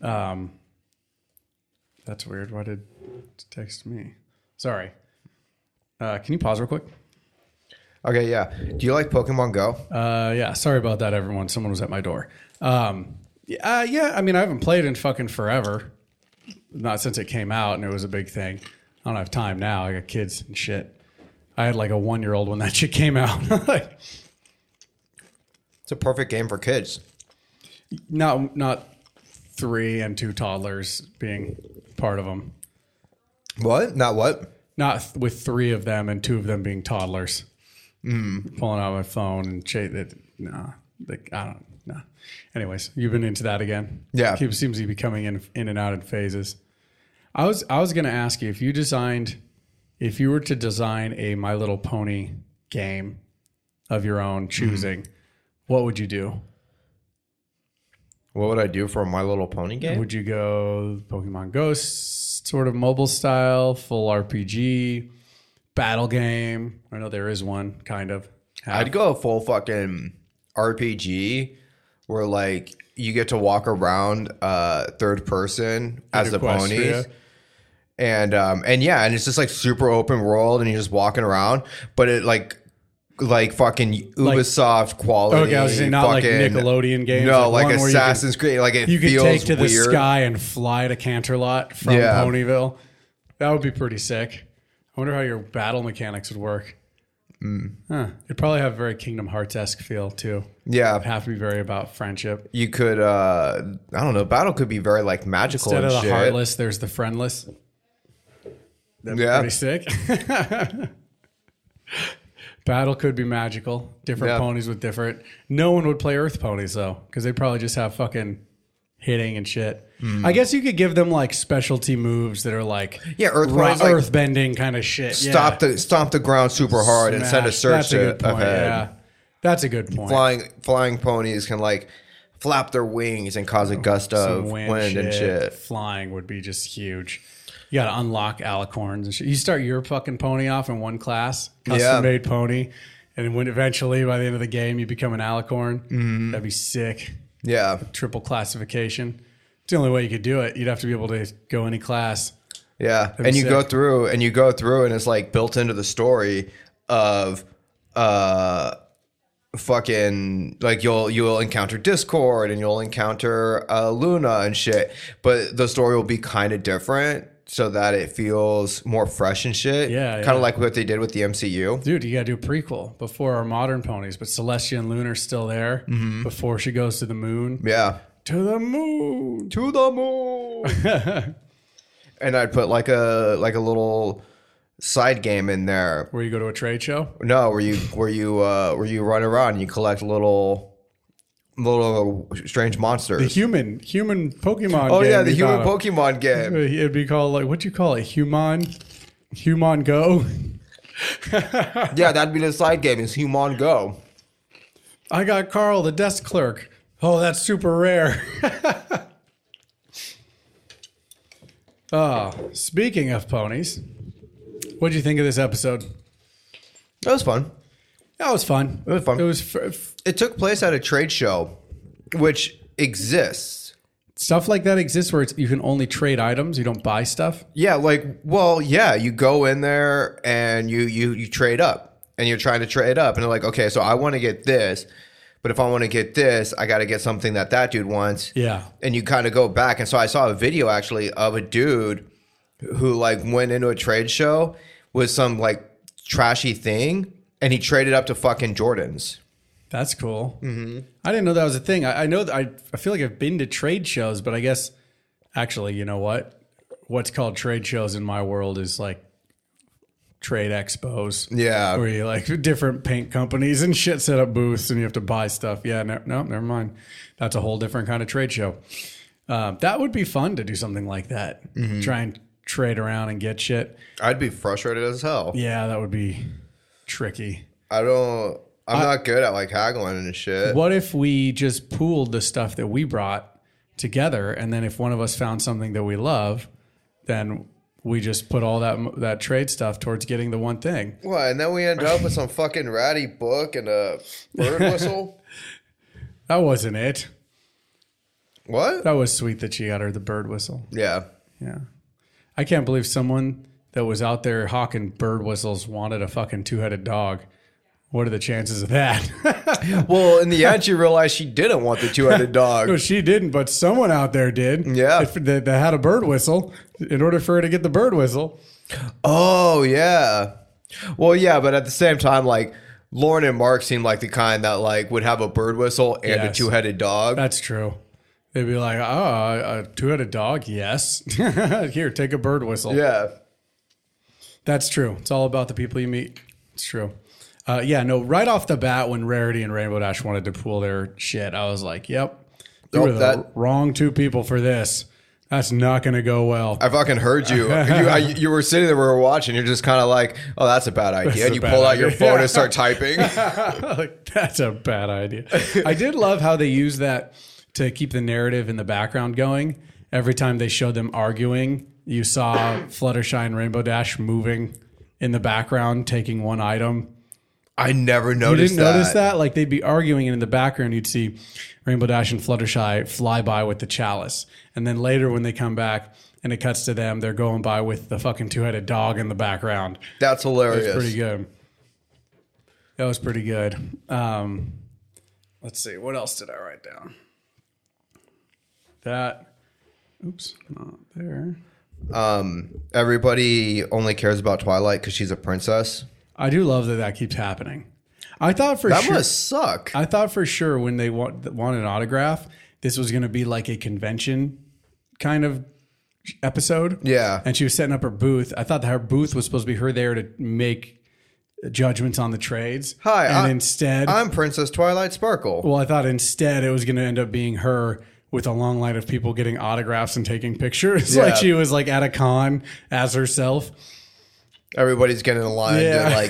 [SPEAKER 2] um, that's weird. Why did it text me? Sorry. Uh, can you pause real quick?
[SPEAKER 3] Okay, yeah. Do you like Pokemon Go?
[SPEAKER 2] Uh, yeah, sorry about that, everyone. Someone was at my door. Um, yeah, uh, yeah, I mean, I haven't played in fucking forever. Not since it came out, and it was a big thing. I don't have time now. I got kids and shit. I had like a one year old when that (laughs) shit came out. Like,
[SPEAKER 3] It's a perfect game for kids.
[SPEAKER 2] not not three and two toddlers being part of them.
[SPEAKER 3] What? Not what?
[SPEAKER 2] Not th- with three of them and two of them being toddlers. Pulling out my phone and chase it. Nah, like I don't. Nah. Anyways, you've been into that again.
[SPEAKER 3] Yeah.
[SPEAKER 2] Keep, seems to be coming in in and out in phases. I was I was gonna ask you if you designed, if you were to design a My Little Pony game of your own choosing, what would you do?
[SPEAKER 3] What would I do for a My Little Pony game?
[SPEAKER 2] Would you go Pokemon Ghost sort of mobile style, full RPG, battle game? I know there is one kind of.
[SPEAKER 3] I'd go a full fucking RPG where like you get to walk around uh third person as a pony.
[SPEAKER 2] Equestria.
[SPEAKER 3] And um and yeah, and it's just like super open world and you're just walking around, but it like like fucking Ubisoft quality.
[SPEAKER 2] Okay, I was saying not like
[SPEAKER 3] fucking-
[SPEAKER 2] Nickelodeon games,
[SPEAKER 3] No,
[SPEAKER 2] like
[SPEAKER 3] like,
[SPEAKER 2] one where you can-
[SPEAKER 3] Assassin's Creed. Like it
[SPEAKER 2] You could
[SPEAKER 3] feels
[SPEAKER 2] take to the
[SPEAKER 3] weird.
[SPEAKER 2] sky and fly to Canterlot from
[SPEAKER 3] Yeah.
[SPEAKER 2] Ponyville. That would be pretty sick. I wonder how your battle mechanics would work.
[SPEAKER 3] Hmm.
[SPEAKER 2] Huh. It'd probably have a very Kingdom Hearts esque feel too. It'd
[SPEAKER 3] Yeah.
[SPEAKER 2] have to be very about friendship.
[SPEAKER 3] You could uh I don't know, battle could be very like magical
[SPEAKER 2] Instead of
[SPEAKER 3] and
[SPEAKER 2] the
[SPEAKER 3] shit.
[SPEAKER 2] heartless, there's the friendless. That'd
[SPEAKER 3] Yeah.
[SPEAKER 2] be pretty sick. (laughs) Battle could be magical. Different
[SPEAKER 3] Yeah.
[SPEAKER 2] ponies with different. No one would play Earth ponies though, because they'd probably just have fucking hitting and shit.
[SPEAKER 3] Hmm.
[SPEAKER 2] I guess you could give them like specialty moves that are like
[SPEAKER 3] Yeah, Earth ponies, like-
[SPEAKER 2] earth bending kind of shit.
[SPEAKER 3] Stop the stomp the ground super hard and send a search
[SPEAKER 2] That's a
[SPEAKER 3] to
[SPEAKER 2] good point.
[SPEAKER 3] ahead.
[SPEAKER 2] Yeah, that's a good point.
[SPEAKER 3] Flying flying ponies can like flap their wings and cause a gust
[SPEAKER 2] Oh, some
[SPEAKER 3] of wind, and shit.
[SPEAKER 2] Flying would be just huge. You got to unlock alicorns and shit. You start your fucking pony off in one class, custom
[SPEAKER 3] Yeah.
[SPEAKER 2] made pony, and when eventually by the end of the game you become an alicorn,
[SPEAKER 3] Mm-hmm.
[SPEAKER 2] that'd be sick.
[SPEAKER 3] Yeah,
[SPEAKER 2] Triple classification. It's the only way you could do it. You'd have to be able to go any class.
[SPEAKER 3] yeah. And
[SPEAKER 2] be
[SPEAKER 3] you go
[SPEAKER 2] sick.
[SPEAKER 3] through and you go through and it's like built into the story of uh fucking like you'll you'll encounter discord and you'll encounter uh luna and shit but the story will be kind of different so that it feels more fresh and shit
[SPEAKER 2] Yeah,
[SPEAKER 3] kind of
[SPEAKER 2] yeah.
[SPEAKER 3] like what they did with the mcu
[SPEAKER 2] Dude, you got to do a prequel before our modern ponies, but Celestia and Lunar still there
[SPEAKER 3] Mm-hmm.
[SPEAKER 2] before she goes to the moon.
[SPEAKER 3] Yeah.
[SPEAKER 2] To the moon.
[SPEAKER 3] To the moon. (laughs) and I'd put like a like a little side game in there.
[SPEAKER 2] Where you go to a trade show.
[SPEAKER 3] No, where you where you uh where you run around and you collect little little strange
[SPEAKER 2] The
[SPEAKER 3] monsters.
[SPEAKER 2] human, human Pokemon.
[SPEAKER 3] Oh
[SPEAKER 2] game
[SPEAKER 3] yeah, the
[SPEAKER 2] we
[SPEAKER 3] human
[SPEAKER 2] thought of.
[SPEAKER 3] Pokemon (laughs) game.
[SPEAKER 2] It'd be called like what do you call it? Human, human go. (laughs)
[SPEAKER 3] Yeah, that'd be the side game. Is Human Go?
[SPEAKER 2] I got Carl, the desk clerk. Oh, that's super rare. (laughs) oh, speaking of ponies, what do you think of this episode?
[SPEAKER 3] That was fun.
[SPEAKER 2] That was fun. It
[SPEAKER 3] was fun.
[SPEAKER 2] It was f- f-
[SPEAKER 3] It took place at a trade show, which exists.
[SPEAKER 2] stuff like that exists where it's, you can only trade items. You don't buy stuff.
[SPEAKER 3] Yeah, like well, yeah, you go in there and you you you trade up and you're trying to trade up and they're like, "Okay, so I want to get this, but if I want to get this, I got to get something that that dude wants."
[SPEAKER 2] Yeah.
[SPEAKER 3] And you kind of go back and so I saw a video actually of a dude who like went into a trade show with some like trashy thing and he traded up to fucking Jordans.
[SPEAKER 2] That's cool. Mm-hmm. I didn't know that was a thing. I, I know that I, I feel like I've been to trade shows, but I guess actually, you know what? What's called trade shows in my world is like trade expos.
[SPEAKER 3] Yeah.
[SPEAKER 2] Where you like different paint companies and shit set up booths and you have to buy stuff. Yeah. No, no never mind. That's a whole different kind of trade show. Um, that would be fun to do something like that. Try and trade around and get shit.
[SPEAKER 3] I'd be frustrated as hell.
[SPEAKER 2] Yeah. That would be tricky.
[SPEAKER 3] I don't I'm not good at like haggling and shit.
[SPEAKER 2] What if we just pooled the stuff that we brought together, and then if one of us found something that we love, then we just put all that that trade stuff towards getting the one thing.
[SPEAKER 3] Well, and then we end up with some fucking ratty book and a (laughs) bird whistle.
[SPEAKER 2] That wasn't it.
[SPEAKER 3] What?
[SPEAKER 2] That was sweet that she uttered the bird whistle.
[SPEAKER 3] Yeah.
[SPEAKER 2] Yeah, I can't believe someone that was out there hawking bird whistles wanted a fucking two headed dog. What are the chances of that? (laughs)
[SPEAKER 3] Well, in the end, she realized she didn't want the two-headed
[SPEAKER 2] No,
[SPEAKER 3] dog.
[SPEAKER 2] she didn't, but someone out there did.
[SPEAKER 3] Yeah.
[SPEAKER 2] If- that, that had a bird whistle. In order for her to get the bird whistle,
[SPEAKER 3] (laughs) Oh yeah. Well, yeah, but at the same time, like Lauren and Mark seem like the kind that like would have a bird whistle and
[SPEAKER 2] Yes.
[SPEAKER 3] a two headed dog.
[SPEAKER 2] That's true. They'd be like, oh, a two headed dog? Yes. (laughs) Here, take a bird whistle.
[SPEAKER 3] yeah.
[SPEAKER 2] That's true. It's all about the people you meet. It's true. Uh, yeah, no, right off the bat, when Rarity and Rainbow Dash wanted to pull their shit, I was like, yep, you
[SPEAKER 3] Oh,
[SPEAKER 2] were the
[SPEAKER 3] that-
[SPEAKER 2] wrong two people for this. That's not going to go well.
[SPEAKER 3] I fucking
[SPEAKER 2] (laughs)
[SPEAKER 3] heard you. you, I, you were sitting there, we were watching. You're just kind of like, "Oh, that's a bad idea."
[SPEAKER 2] a
[SPEAKER 3] and you
[SPEAKER 2] bad
[SPEAKER 3] pull out your
[SPEAKER 2] idea.
[SPEAKER 3] phone
[SPEAKER 2] (laughs)
[SPEAKER 3] and start typing.
[SPEAKER 2] like, that's a bad idea. I did love how they used that to keep the narrative in the background going. Every time they showed them arguing, you saw Fluttershy and Rainbow Dash moving in the background, taking one item.
[SPEAKER 3] I never
[SPEAKER 2] You
[SPEAKER 3] noticed.
[SPEAKER 2] didn't notice that? Like they'd be arguing, and in the background, you'd see Rainbow Dash and Fluttershy fly by with the chalice. And then later, when they come back and it cuts to them, they're going by with the fucking two headed dog in the background. That's
[SPEAKER 3] That's hilarious.
[SPEAKER 2] pretty good. That was pretty good. Um, let's see. What else did I write down? That. Oops, not there.
[SPEAKER 3] Um, Everybody only cares about Twilight because she's a princess.
[SPEAKER 2] I do love that that keeps happening. I thought for
[SPEAKER 3] That
[SPEAKER 2] sure.
[SPEAKER 3] must suck.
[SPEAKER 2] I thought for sure when they want, want an autograph, this was going to be like a convention kind of episode.
[SPEAKER 3] Yeah.
[SPEAKER 2] And she was setting up her booth. I thought that her booth was supposed to be her there to make judgments on the trades.
[SPEAKER 3] Hi,
[SPEAKER 2] And
[SPEAKER 3] I-
[SPEAKER 2] instead,
[SPEAKER 3] I'm Princess Twilight Sparkle.
[SPEAKER 2] well, I thought instead it was going to end up being her with a long line of people getting autographs and taking pictures. (laughs)
[SPEAKER 3] Yeah.
[SPEAKER 2] like she was like at a con as herself.
[SPEAKER 3] Everybody's getting in line
[SPEAKER 2] Yeah.
[SPEAKER 3] to like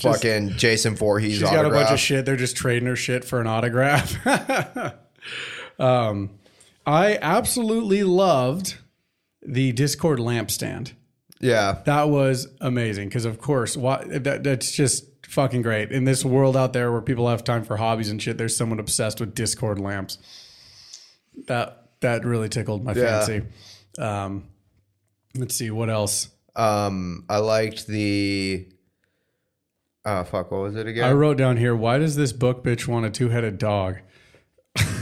[SPEAKER 2] (laughs)
[SPEAKER 3] fucking Jason Voorhees
[SPEAKER 2] She's got
[SPEAKER 3] autograph.
[SPEAKER 2] a bunch of shit. They're just trading her shit for an autograph. (laughs) um, I absolutely loved the Discord lampstand.
[SPEAKER 3] yeah,
[SPEAKER 2] That was amazing because, of course, why, that, that's just fucking great. In this world out there where people have time for hobbies and shit, there's someone obsessed with Discord lamps. That that really tickled my
[SPEAKER 3] Yeah.
[SPEAKER 2] fancy. Um, let's see what else.
[SPEAKER 3] um, I liked the. Oh fuck! What was it
[SPEAKER 2] I
[SPEAKER 3] again?
[SPEAKER 2] wrote down here. Why does this book bitch want a two headed dog?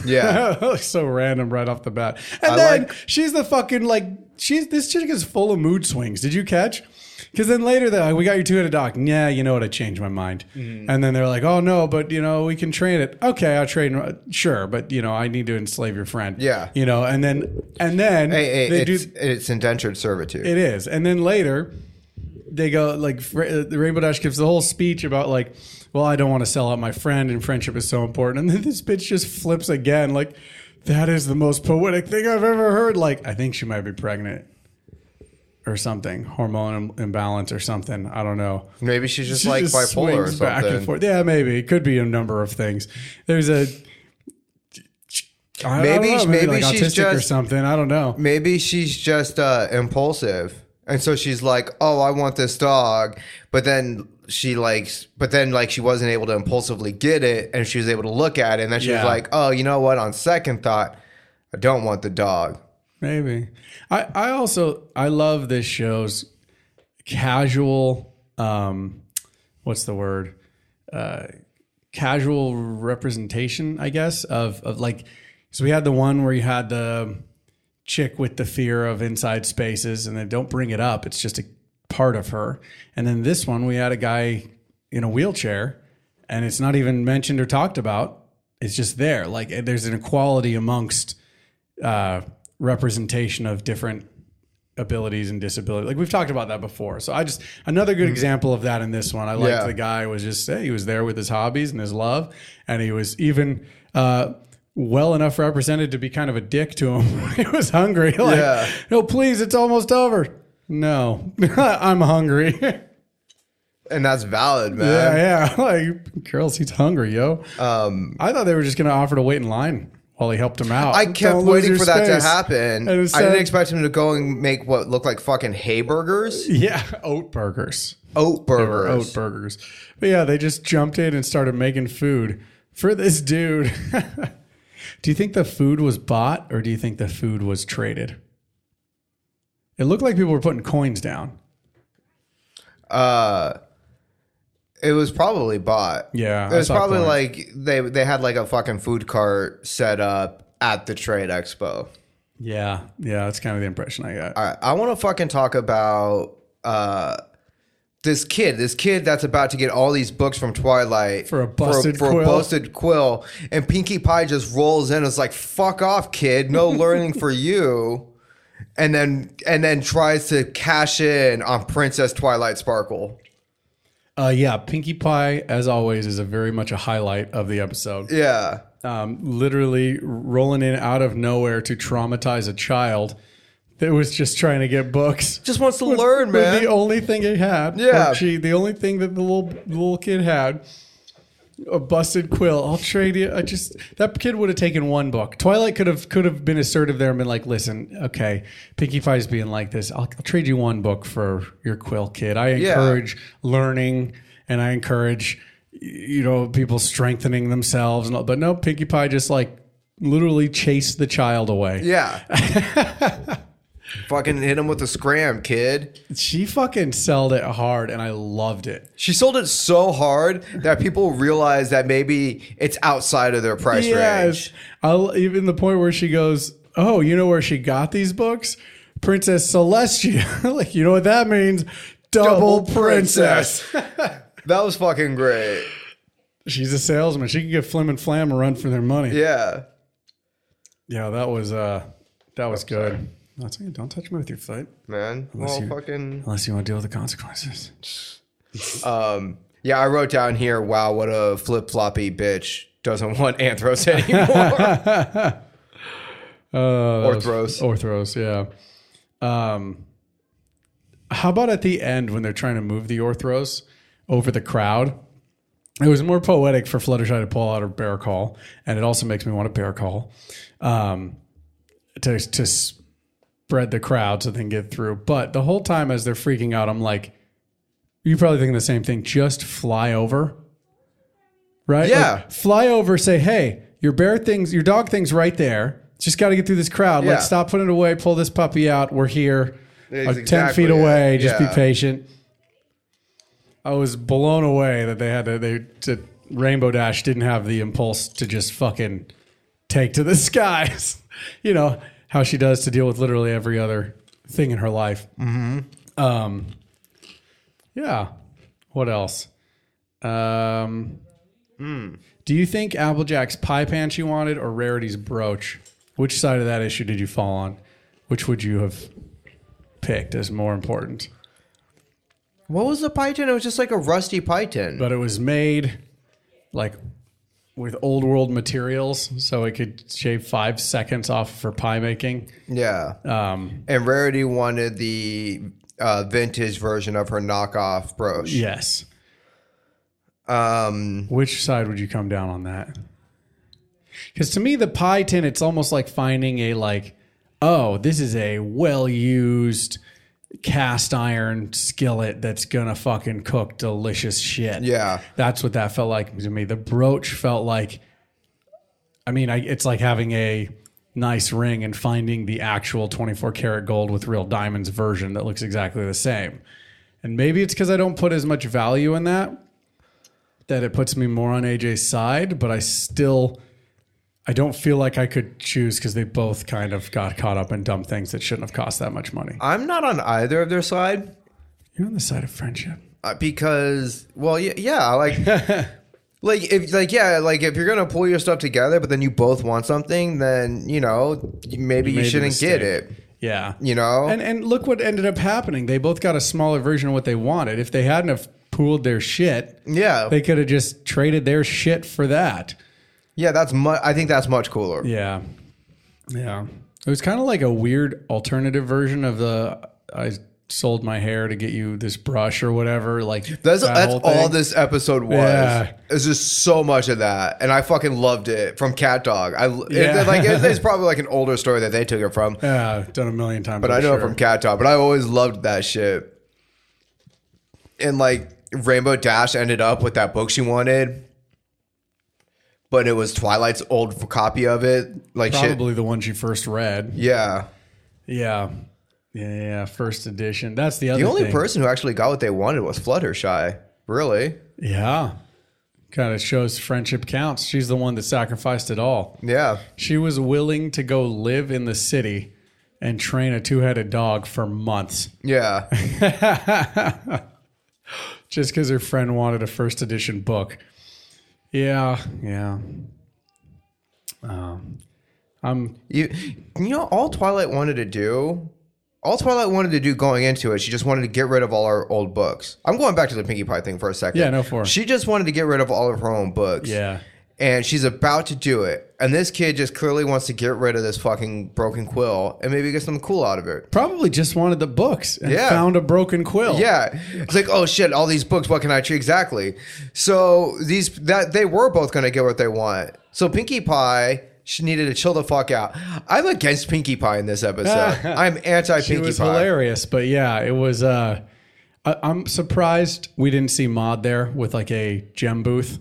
[SPEAKER 3] yeah,
[SPEAKER 2] (laughs) so random right off the bat. And
[SPEAKER 3] I
[SPEAKER 2] then
[SPEAKER 3] like-
[SPEAKER 2] she's the fucking like she's this chick is full of mood swings. Did you catch? Because then later they're like, we got your two headed dog. Yeah, you know what? I changed my mind.
[SPEAKER 3] Mm-hmm.
[SPEAKER 2] And then they're like, oh no, but you know we can train it. Okay, I'll train. Sure, but you know I need to enslave your friend.
[SPEAKER 3] Yeah.
[SPEAKER 2] you know. And then and then
[SPEAKER 3] hey, hey,
[SPEAKER 2] they
[SPEAKER 3] it's,
[SPEAKER 2] do.
[SPEAKER 3] it's indentured servitude.
[SPEAKER 2] It is. And then later, they go like Fra- uh, the Rainbow Dash gives the whole speech about like, well, I don't want to sell out my friend, and friendship is so important. And then this bitch just flips again, like, that is the most poetic thing I've ever heard. Like, I think she might be pregnant or something, hormone Im- imbalance or something. I don't know.
[SPEAKER 3] Maybe she's just
[SPEAKER 2] She
[SPEAKER 3] like
[SPEAKER 2] just
[SPEAKER 3] bipolar or
[SPEAKER 2] swings back and
[SPEAKER 3] something.
[SPEAKER 2] forth. Yeah, maybe it could be a number of things. There's a. I- I don't
[SPEAKER 3] Maybe-
[SPEAKER 2] know,
[SPEAKER 3] maybe
[SPEAKER 2] like
[SPEAKER 3] she's
[SPEAKER 2] autistic or
[SPEAKER 3] just-
[SPEAKER 2] something. I don't know.
[SPEAKER 3] Maybe she's just uh, impulsive, and so she's like, "Oh, I want this dog," but then she likes, but then like she wasn't able to impulsively get it, and she was able to look at it, and then she
[SPEAKER 2] Yeah.
[SPEAKER 3] was like, "Oh, you know what? On second thought, I don't want the dog."
[SPEAKER 2] Maybe. I, I also I love this show's casual um what's the word? Uh casual representation, I guess, of of like so we had the one where you had the chick with the fear of inside spaces and then don't bring it up. It's just a part of her. And then this one we had a guy in a wheelchair and it's not even mentioned or talked about. It's just there. Like eh, there's an equality amongst uh, representation of different abilities and disabilities. Like we've talked about that before. So I just another good example of that in this one. I liked
[SPEAKER 3] Mm-hmm. Yeah.
[SPEAKER 2] the guy was just hey, he was there with his hobbies and his love, and he was even uh, well enough represented to be kind of a dick to him. (laughs) he was hungry. Like,
[SPEAKER 3] Yeah.
[SPEAKER 2] No, please, it's almost over. No, (laughs) I'm hungry. (laughs) yeah,
[SPEAKER 3] And that's valid, man.
[SPEAKER 2] yeah. (laughs) Like, girls, he's hungry, yo. Um, I thought they were just gonna offer to wait in line while he helped him out.
[SPEAKER 3] I kept
[SPEAKER 2] Don't lose
[SPEAKER 3] waiting
[SPEAKER 2] your
[SPEAKER 3] for that to
[SPEAKER 2] space.
[SPEAKER 3] happen.
[SPEAKER 2] And
[SPEAKER 3] I
[SPEAKER 2] instead-
[SPEAKER 3] didn't expect him to go and make what looked like fucking hay burgers,
[SPEAKER 2] Yeah, (laughs) oat burgers.
[SPEAKER 3] oat
[SPEAKER 2] Or
[SPEAKER 3] burgers.
[SPEAKER 2] oat burgers. But yeah, they just jumped in and started making food for this dude. (laughs) do you think the food was bought or do you think the food was traded? It looked like people were putting coins down.
[SPEAKER 3] Uh, it was probably bought.
[SPEAKER 2] Yeah,
[SPEAKER 3] it
[SPEAKER 2] Uh, I
[SPEAKER 3] was
[SPEAKER 2] thought
[SPEAKER 3] probably
[SPEAKER 2] that.
[SPEAKER 3] like they they had like a fucking food cart set up at the trade expo.
[SPEAKER 2] Yeah. Yeah, that's kind of the impression I got.
[SPEAKER 3] All right, I want to fucking talk about uh, this kid, this kid that's about to get all these books from Twilight
[SPEAKER 2] For a busted
[SPEAKER 3] for, a
[SPEAKER 2] quill.
[SPEAKER 3] busted quill, and Pinkie Pie just rolls in and is like, "Fuck off,
[SPEAKER 2] (laughs)
[SPEAKER 3] kid! No learning for you." And then and then tries to cash in on Princess Twilight Sparkle.
[SPEAKER 2] Uh, yeah, Pinkie Pie, as always, is a very much a highlight of the episode.
[SPEAKER 3] Yeah,
[SPEAKER 2] Um, literally rolling in out of nowhere to traumatize a child that was just trying to get books.
[SPEAKER 3] just wants to
[SPEAKER 2] With-
[SPEAKER 3] learn,
[SPEAKER 2] with
[SPEAKER 3] man.
[SPEAKER 2] The only thing it had. or
[SPEAKER 3] Yeah.
[SPEAKER 2] She, the only thing that the little the little kid had. A busted quill. I'll trade you. I just that kid would have taken one book. Twilight could have could have been assertive there and been like, "Listen, okay, Pinkie Pie's being like this. I'll, I'll trade you one book for your quill, kid. I
[SPEAKER 3] Yeah.
[SPEAKER 2] encourage learning and I encourage y- you know people strengthening themselves. And all, but no, Pinkie Pie just like literally chased the child away. (laughs)
[SPEAKER 3] yeah. Fucking hit him with a scram, kid.
[SPEAKER 2] She fucking sold it hard, and I loved it.
[SPEAKER 3] She sold it so hard that people realize that maybe it's outside of their price range.
[SPEAKER 2] I'll, even the point where she goes, "Oh, you know where she got these books? Princess Celestia." (laughs) like, you know what that means? Double, princess.
[SPEAKER 3] that was fucking great.
[SPEAKER 2] (laughs) She's a salesman. She can give Flim and Flam a run for their money. Yeah,
[SPEAKER 3] Yeah.
[SPEAKER 2] that was uh, that was good. That's it. Don't touch me with your foot
[SPEAKER 3] Man.
[SPEAKER 2] Unless
[SPEAKER 3] Well,
[SPEAKER 2] you-
[SPEAKER 3] fucking.
[SPEAKER 2] unless you want to deal with the consequences.
[SPEAKER 3] Yeah, I wrote down here, wow, what a flip floppy bitch doesn't want Anthros (laughs) anymore.
[SPEAKER 2] Uh, that was-
[SPEAKER 3] Orthros.
[SPEAKER 2] Orthros, yeah. Um, how about at the end when they're trying to move the Orthros over the crowd? It was more poetic for Fluttershy to pull out a bear call, and it also makes me want a bear call um, to, to spread the crowd so they can get through. But the whole time as they're freaking out, I'm like, you probably thinking the same thing. Just fly over, right?
[SPEAKER 3] Yeah.
[SPEAKER 2] Like, fly over. Say, hey, your bear things, your dog things, right there. Just got to get through this crowd.
[SPEAKER 3] Yeah.
[SPEAKER 2] Let's stop putting it away. Pull this puppy out. We're here,
[SPEAKER 3] That's
[SPEAKER 2] like ten
[SPEAKER 3] exactly
[SPEAKER 2] feet
[SPEAKER 3] it.
[SPEAKER 2] away. Just
[SPEAKER 3] Yeah.
[SPEAKER 2] be patient. I was blown away that they had to. They to, Rainbow Dash didn't have the impulse to just fucking take to the (laughs) skies. you know how she does to deal with literally every other thing in her life. Mm-hmm. Um, yeah. What else? Um,
[SPEAKER 3] Hmm.
[SPEAKER 2] Do you think Applejack's pie pan she wanted or Rarity's brooch? Which side of that issue did you fall on? Which would you have picked as more important?
[SPEAKER 3] what was the python? It was just like a rusty python.
[SPEAKER 2] But it was made like with old world materials, so it could shave five seconds off for pie making.
[SPEAKER 3] yeah.
[SPEAKER 2] Um,
[SPEAKER 3] and Rarity wanted the uh, vintage version of her knockoff brooch.
[SPEAKER 2] yes.
[SPEAKER 3] Um,
[SPEAKER 2] Which side would you come down on that? Because to me, the pie tin, it's almost like finding a like, oh, this is a well used cast iron skillet that's gonna fucking cook delicious shit.
[SPEAKER 3] Yeah.
[SPEAKER 2] that's what that felt like to me. The brooch felt like, I mean, I, it's like having a nice ring and finding the actual 24 karat gold with real diamonds version that looks exactly the same. And maybe it's because I don't put as much value in that that it puts me more on AJ's side, but I still I don't feel like I could choose because they both kind of got caught up in dumb things that shouldn't have cost that much money.
[SPEAKER 3] I'm not on either of their side
[SPEAKER 2] You're on the side of friendship.
[SPEAKER 3] uh, because, well, yeah,
[SPEAKER 2] (laughs)
[SPEAKER 3] yeah like, like if, like, yeah, like if you're gonna pull your stuff together, but then you both want something, then you know you- maybe you,
[SPEAKER 2] made the
[SPEAKER 3] shouldn't get
[SPEAKER 2] mistake.
[SPEAKER 3] it.
[SPEAKER 2] Yeah.
[SPEAKER 3] You know,
[SPEAKER 2] And and look what ended up happening. They both got a smaller version of what they wanted. If they hadn't have pooled their shit,
[SPEAKER 3] yeah,
[SPEAKER 2] they could have just traded their shit for that.
[SPEAKER 3] yeah. That's much. I think that's much cooler.
[SPEAKER 2] Yeah. Yeah. It was kind of like a weird alternative version of the I sold my hair to get you this brush or whatever. Like
[SPEAKER 3] That's
[SPEAKER 2] that
[SPEAKER 3] that's
[SPEAKER 2] whole
[SPEAKER 3] all
[SPEAKER 2] thing.
[SPEAKER 3] this episode was.
[SPEAKER 2] Yeah.
[SPEAKER 3] There's just so much of that, and I fucking loved it from Cat Dog. I it-
[SPEAKER 2] Yeah.
[SPEAKER 3] like
[SPEAKER 2] (laughs)
[SPEAKER 3] it's, it's probably like an older story that they took it from,
[SPEAKER 2] Yeah, done a million times.
[SPEAKER 3] but I know it from Cat Dog. But I always loved that shit. And like Rainbow Dash ended up with that book she wanted, but it was Twilight's old copy of it. Like shit,
[SPEAKER 2] probably the one she first read.
[SPEAKER 3] yeah.
[SPEAKER 2] Yeah, yeah, yeah. First edition. That's the other.
[SPEAKER 3] The only
[SPEAKER 2] thing.
[SPEAKER 3] person who actually got what they wanted was Fluttershy. Really?
[SPEAKER 2] Yeah, kind of shows friendship counts. She's the one that sacrificed it all.
[SPEAKER 3] Yeah.
[SPEAKER 2] She was willing to go live in the city and train a two headed dog for months
[SPEAKER 3] Yeah.
[SPEAKER 2] just because her friend wanted a first edition book. Yeah, yeah.
[SPEAKER 3] You, you know, all Twilight wanted to do, all Twilight wanted to do going into it, she just wanted to get rid of all our old books. I'm going back to the Pinkie Pie thing for a second.
[SPEAKER 2] Yeah, no, for it.
[SPEAKER 3] She just wanted to get rid of all of her own books.
[SPEAKER 2] Yeah.
[SPEAKER 3] And she's about to do it. And this kid just clearly wants to get rid of this fucking broken quill and maybe get something cool out of it.
[SPEAKER 2] Probably just wanted the books and
[SPEAKER 3] Yeah.
[SPEAKER 2] found a broken quill.
[SPEAKER 3] Yeah. It's like, oh shit, all these books, what can I treat? Exactly. So these that they were both gonna get what they want. So Pinkie Pie she needed to chill the fuck out. I'm against Pinkie Pie in
[SPEAKER 2] (laughs)
[SPEAKER 3] this episode. I'm anti
[SPEAKER 2] She
[SPEAKER 3] Pinkie
[SPEAKER 2] was
[SPEAKER 3] Pie.
[SPEAKER 2] hilarious, but yeah, it was. uh I, I'm surprised we didn't see Mod there with like a gem booth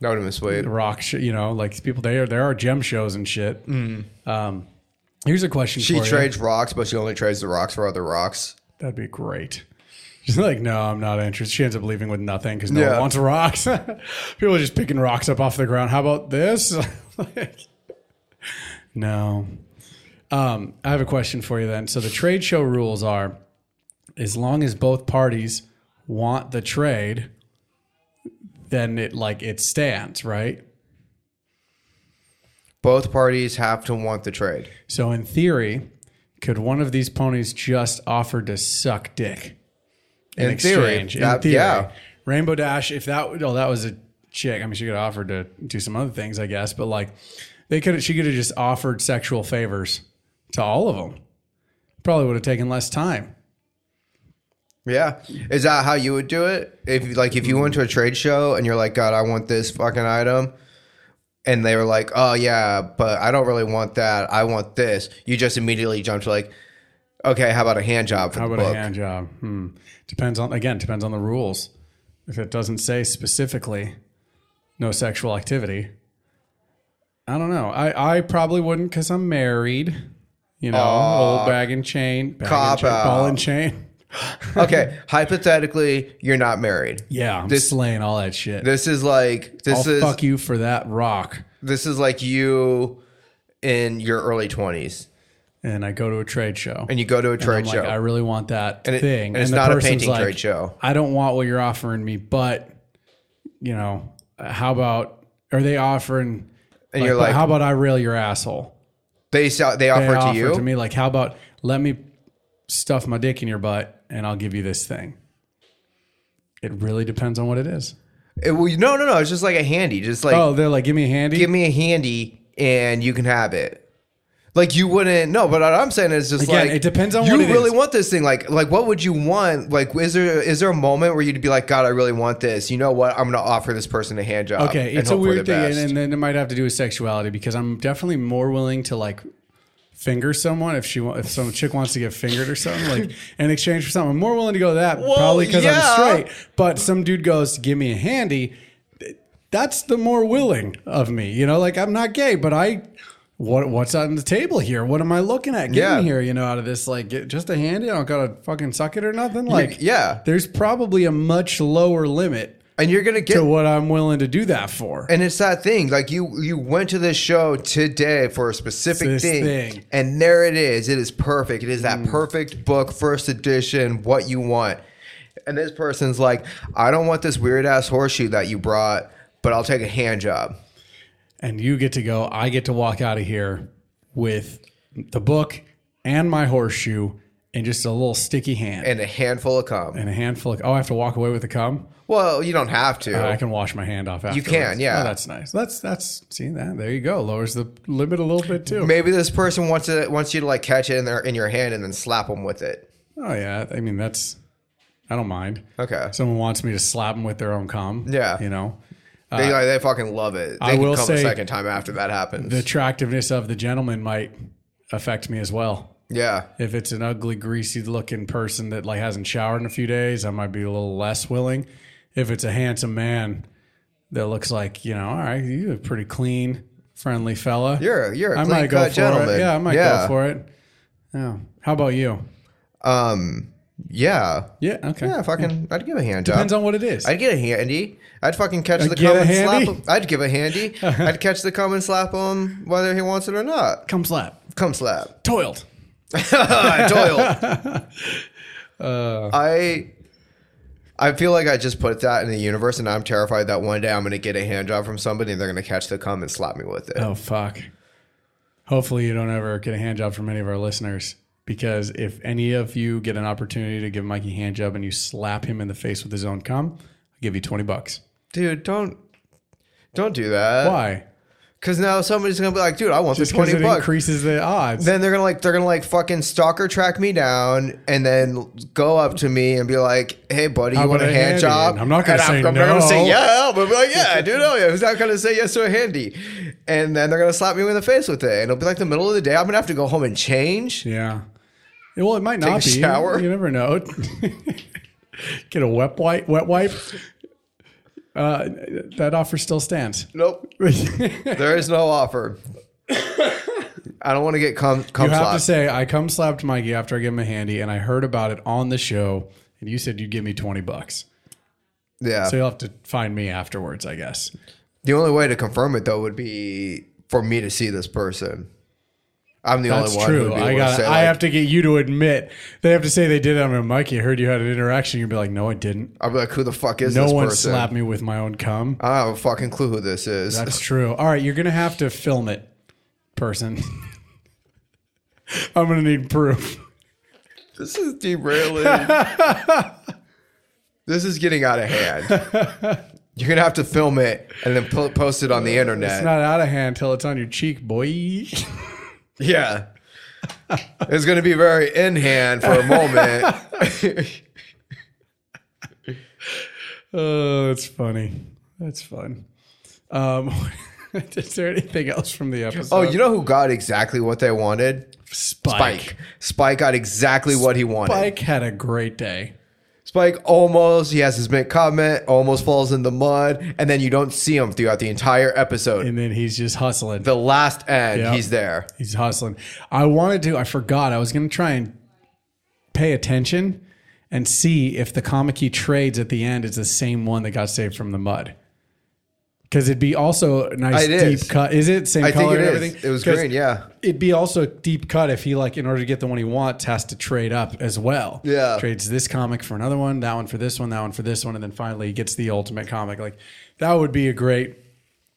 [SPEAKER 3] That would have been sweet.
[SPEAKER 2] rock. Sh- you know, like people there. There are gem shows and shit. Um, here's a question. for
[SPEAKER 3] She
[SPEAKER 2] you.
[SPEAKER 3] trades rocks, but she only trades the rocks for other rocks.
[SPEAKER 2] That'd be great. She's like, no, I'm not interested. She ends up leaving with nothing because no
[SPEAKER 3] Yeah.
[SPEAKER 2] one wants rocks. (laughs) People are just picking rocks up off the ground. How about this? (laughs) Like, no. Um, I have a question for you then. So the trade show rules are, as long as both parties want the trade, then it like it stands, right?
[SPEAKER 3] Both parties have to want the trade.
[SPEAKER 2] So in theory, could one of these ponies just offer to suck dick in,
[SPEAKER 3] In theory,
[SPEAKER 2] exchange? in
[SPEAKER 3] that-
[SPEAKER 2] theory,
[SPEAKER 3] yeah.
[SPEAKER 2] Rainbow Dash. If that, oh, that was a chick. I mean, she could have offered to do some other things, I guess. But like, they could. She could have just offered sexual favors to all of them. Probably would have taken less time.
[SPEAKER 3] Yeah. Is that how you would do it? If you- like if you went to a trade show and you're like, God, I want this fucking item. And they were like, Oh yeah, but I don't really want that. I want this. You just immediately jumped to like, Okay, how about a hand job for
[SPEAKER 2] How
[SPEAKER 3] the
[SPEAKER 2] about
[SPEAKER 3] book?
[SPEAKER 2] a hand job? Hmm. Depends on again. Depends on the rules. If it doesn't say specifically, no sexual activity. I don't know. I, I probably wouldn't because I'm married. You know, old bag and chain, bag
[SPEAKER 3] cop
[SPEAKER 2] and chain, ball
[SPEAKER 3] out.
[SPEAKER 2] and chain. (laughs)
[SPEAKER 3] okay. Hypothetically, you're not married.
[SPEAKER 2] Yeah, I'm
[SPEAKER 3] This-
[SPEAKER 2] slaying all that shit.
[SPEAKER 3] This is like this
[SPEAKER 2] I'll
[SPEAKER 3] is
[SPEAKER 2] fuck you for that rock.
[SPEAKER 3] this is like you in your early twenties.
[SPEAKER 2] And I go to a trade show.
[SPEAKER 3] And you go to a trade
[SPEAKER 2] I'm like,
[SPEAKER 3] show.
[SPEAKER 2] I really want that
[SPEAKER 3] And it-
[SPEAKER 2] thing.
[SPEAKER 3] and it's
[SPEAKER 2] the
[SPEAKER 3] not a
[SPEAKER 2] person's
[SPEAKER 3] painting trade show.
[SPEAKER 2] I don't want what you're offering me, but you know, how about are they offering?
[SPEAKER 3] And you're
[SPEAKER 2] "But
[SPEAKER 3] like-
[SPEAKER 2] how about I rail your asshole?
[SPEAKER 3] they sell, they
[SPEAKER 2] They
[SPEAKER 3] offer it
[SPEAKER 2] offer
[SPEAKER 3] to you.
[SPEAKER 2] to me like, how about let me stuff my dick in your butt and I'll give you this thing. It really depends on what it is.
[SPEAKER 3] It- well, no, no, no. It's just like a handy. Just like
[SPEAKER 2] Oh, they're like, give me a handy.
[SPEAKER 3] give me a handy and you can have it. Like you wouldn't no, but what I'm saying is just
[SPEAKER 2] Again,
[SPEAKER 3] like
[SPEAKER 2] it depends on
[SPEAKER 3] you
[SPEAKER 2] what it
[SPEAKER 3] really
[SPEAKER 2] is.
[SPEAKER 3] want this thing. Like like what would you want? Like is there is there a moment where you'd be like, God, I really want this. You know what? I'm gonna offer this person a hand job.
[SPEAKER 2] Okay,
[SPEAKER 3] and
[SPEAKER 2] it's a
[SPEAKER 3] hope for
[SPEAKER 2] weird
[SPEAKER 3] the
[SPEAKER 2] thing, and,
[SPEAKER 3] best.
[SPEAKER 2] and then it might have to do with sexuality because I'm definitely more willing to like finger someone if she wa- if some chick wants to get fingered or something
[SPEAKER 3] (laughs)
[SPEAKER 2] like in exchange for something. I'm more willing to go that probably because
[SPEAKER 3] yeah.
[SPEAKER 2] I'm straight. But some dude goes, "Give me a handy." That's the more willing of me, you know. Like I'm not gay, but I. What what's on the table here? What am I looking at getting
[SPEAKER 3] Yeah.
[SPEAKER 2] here? You know, out of this like get, just a handy. I don't gotta fucking suck it or nothing. Like
[SPEAKER 3] yeah.
[SPEAKER 2] there's probably a much lower limit
[SPEAKER 3] And you're gonna
[SPEAKER 2] to
[SPEAKER 3] get
[SPEAKER 2] what I'm willing to do that for.
[SPEAKER 3] and it's that thing. Like you you went to this show today for a specific
[SPEAKER 2] This
[SPEAKER 3] thing,
[SPEAKER 2] thing.
[SPEAKER 3] And there it is. It is perfect. It is that perfect book, first edition, what you want. And this person's like, I don't want this weird ass horseshoe that you brought, but I'll take a hand job.
[SPEAKER 2] and you get to go. I get to walk out of here with the book and my horseshoe and just a little sticky hand and,
[SPEAKER 3] and a handful of cum.
[SPEAKER 2] a handful of. Oh, I have to walk away with the cum.
[SPEAKER 3] well, you don't have to.
[SPEAKER 2] Uh, I can wash my hand off. Afterwards.
[SPEAKER 3] can, yeah.
[SPEAKER 2] Oh, that's nice. That's that's see that there you go. Lowers the limit a little bit too.
[SPEAKER 3] Maybe this person wants to wants you to like catch it in their in your hand and then slap them with it.
[SPEAKER 2] Oh yeah, I mean that's. I don't mind.
[SPEAKER 3] Okay.
[SPEAKER 2] Someone wants me to slap them with their own cum.
[SPEAKER 3] Yeah.
[SPEAKER 2] you know.
[SPEAKER 3] They like, they fucking love it. They
[SPEAKER 2] uh, I will
[SPEAKER 3] can come a
[SPEAKER 2] say
[SPEAKER 3] second time after that happens.
[SPEAKER 2] The attractiveness of the gentleman might affect me as well.
[SPEAKER 3] yeah.
[SPEAKER 2] if it's an ugly, greasy looking person that like hasn't showered in a few days, I might be a little less willing. If it's a handsome man that looks like, you know, all right, you're a pretty clean, friendly fella.
[SPEAKER 3] You're a- you're a
[SPEAKER 2] I might go
[SPEAKER 3] clean-cut
[SPEAKER 2] for
[SPEAKER 3] gentleman.
[SPEAKER 2] it. Yeah, I might
[SPEAKER 3] Yeah.
[SPEAKER 2] go for it. Yeah. How about you?
[SPEAKER 3] Um yeah.
[SPEAKER 2] Yeah, okay.
[SPEAKER 3] Yeah, fucking I'd give a hand
[SPEAKER 2] Hmm. Depends
[SPEAKER 3] job.
[SPEAKER 2] on what it is.
[SPEAKER 3] I'd get a handy. I'd fucking catch the
[SPEAKER 2] give
[SPEAKER 3] cum
[SPEAKER 2] a
[SPEAKER 3] and slap
[SPEAKER 2] handy?
[SPEAKER 3] him. I'd give
[SPEAKER 2] (laughs)
[SPEAKER 3] a handy. I'd catch the cum and slap him whether he wants it or not.
[SPEAKER 2] Come slap. (laughs)
[SPEAKER 3] Cum slap.
[SPEAKER 2] Toiled.
[SPEAKER 3] I toiled.
[SPEAKER 2] (laughs) Uh,
[SPEAKER 3] I I feel like I just put that in the universe, and I'm terrified that one day I'm going to get a hand job from somebody, and they're going to catch the cum and slap me with it.
[SPEAKER 2] Oh fuck. Hopefully you don't ever get a hand job from any of our listeners. Because if any of you get an opportunity to give Mikey a hand job and you slap him in the face with his own cum, I'll give you twenty bucks.
[SPEAKER 3] Dude, don't don't do that.
[SPEAKER 2] Why?
[SPEAKER 3] Because now somebody's going to be like, dude, I want
[SPEAKER 2] Just
[SPEAKER 3] the
[SPEAKER 2] because
[SPEAKER 3] Uh, twenty
[SPEAKER 2] it
[SPEAKER 3] bucks.
[SPEAKER 2] increases the odds.
[SPEAKER 3] then they're gonna like they're gonna like fucking stalker track me down and then go up to me and be like, "Hey, buddy, you
[SPEAKER 2] How
[SPEAKER 3] want a
[SPEAKER 2] about a
[SPEAKER 3] hand
[SPEAKER 2] handy?
[SPEAKER 3] job?"
[SPEAKER 2] I'm not gonna
[SPEAKER 3] And
[SPEAKER 2] say
[SPEAKER 3] I'm, I'm not gonna
[SPEAKER 2] no.
[SPEAKER 3] say yeah, but I'll be like, "Yeah, dude, oh yeah." Who's not gonna say yes to a handy? And then they're gonna slap me in the face with it, and it'll be like the middle of the day. I'm gonna have to go home and change.
[SPEAKER 2] yeah. Yeah, Well, it might not
[SPEAKER 3] a
[SPEAKER 2] be.
[SPEAKER 3] shower.
[SPEAKER 2] You never know. (laughs) get a wet wipe. Wet wipe. Uh, that offer still
[SPEAKER 3] (laughs)
[SPEAKER 2] stands.
[SPEAKER 3] Nope, there is no offer. I don't want to get cum cum
[SPEAKER 2] You have to
[SPEAKER 3] slapped.
[SPEAKER 2] say, I come slapped Mikey after I gave him a handy, and I heard about it on the show, and you said you'd give me 20 bucks.
[SPEAKER 3] yeah.
[SPEAKER 2] So you'll have to find me afterwards, I guess.
[SPEAKER 3] the only way to confirm it though would be for me to see this person. I'm the
[SPEAKER 2] That's
[SPEAKER 3] only one. Who
[SPEAKER 2] true.
[SPEAKER 3] would be
[SPEAKER 2] I
[SPEAKER 3] able
[SPEAKER 2] got.
[SPEAKER 3] To say,
[SPEAKER 2] I
[SPEAKER 3] like,
[SPEAKER 2] have to get you to admit. They have to say they did it. I'm like, Mikey, I heard you had an interaction. You'd be like, no, I didn't.
[SPEAKER 3] I'll be like, who the fuck is
[SPEAKER 2] No
[SPEAKER 3] this
[SPEAKER 2] one
[SPEAKER 3] person?
[SPEAKER 2] slapped me with my own cum.
[SPEAKER 3] I don't have a fucking clue who this is.
[SPEAKER 2] That's true. All right, you're gonna have to film it, person. (laughs) I'm gonna need
[SPEAKER 3] (laughs)
[SPEAKER 2] proof.
[SPEAKER 3] (laughs) this
[SPEAKER 2] (laughs)
[SPEAKER 3] is derailing. this is getting out of hand. You're gonna have to film it and then po- post it on the internet.
[SPEAKER 2] It's not out of hand till it's on your cheek, boy. (laughs)
[SPEAKER 3] yeah, it's gonna be very in hand for a
[SPEAKER 2] (laughs)
[SPEAKER 3] moment.
[SPEAKER 2] Oh, that's funny. That's fun. Um, (laughs) is there anything else from the episode?
[SPEAKER 3] oh, you know who got exactly what they wanted?
[SPEAKER 2] Spike.
[SPEAKER 3] Oh, Spike. Spike got exactly what he wanted.
[SPEAKER 2] Spike had a great day.
[SPEAKER 3] Spike almost, he has his mid comment, almost falls in the mud, and then you don't see him throughout the entire episode.
[SPEAKER 2] And then he's just hustling.
[SPEAKER 3] the last end,
[SPEAKER 2] Yeah.
[SPEAKER 3] he's there.
[SPEAKER 2] He's hustling. I wanted to, I forgot. I was going to try and pay attention and see if the comic he trades at the end is the same one that got saved from the mud. Because it'd be also a nice
[SPEAKER 3] Ah, It
[SPEAKER 2] deep
[SPEAKER 3] is.
[SPEAKER 2] cut. Is it same
[SPEAKER 3] I
[SPEAKER 2] color
[SPEAKER 3] think it
[SPEAKER 2] and
[SPEAKER 3] is.
[SPEAKER 2] everything?
[SPEAKER 3] It was
[SPEAKER 2] 'Cause
[SPEAKER 3] green, yeah.
[SPEAKER 2] It'd be also a deep cut if he like in order to get the one he wants has to trade up as well.
[SPEAKER 3] Yeah.
[SPEAKER 2] Trades this comic for another one, that one for this one, that one for this one, and then finally he gets the ultimate comic. Like that would be a great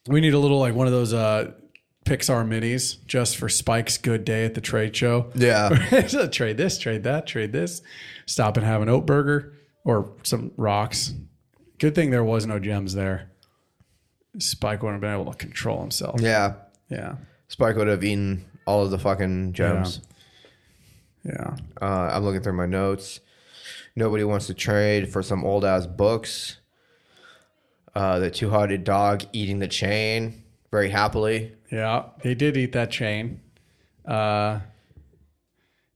[SPEAKER 2] we need a little like one of those uh Pixar minis just for Spike's good day at the trade show.
[SPEAKER 3] Yeah.
[SPEAKER 2] So (laughs) trade this, trade that, trade this. Stop and have an oat burger or some rocks. Good thing there was no gems there. Spike wouldn't have been able to control himself.
[SPEAKER 3] Yeah.
[SPEAKER 2] Yeah.
[SPEAKER 3] Spike would have eaten all of the fucking gems.
[SPEAKER 2] Yeah.
[SPEAKER 3] Uh, I'm looking through my notes. Nobody wants to trade for some old ass books. Uh, the two hearted dog eating the chain very happily.
[SPEAKER 2] Yeah. They did eat that chain. Uh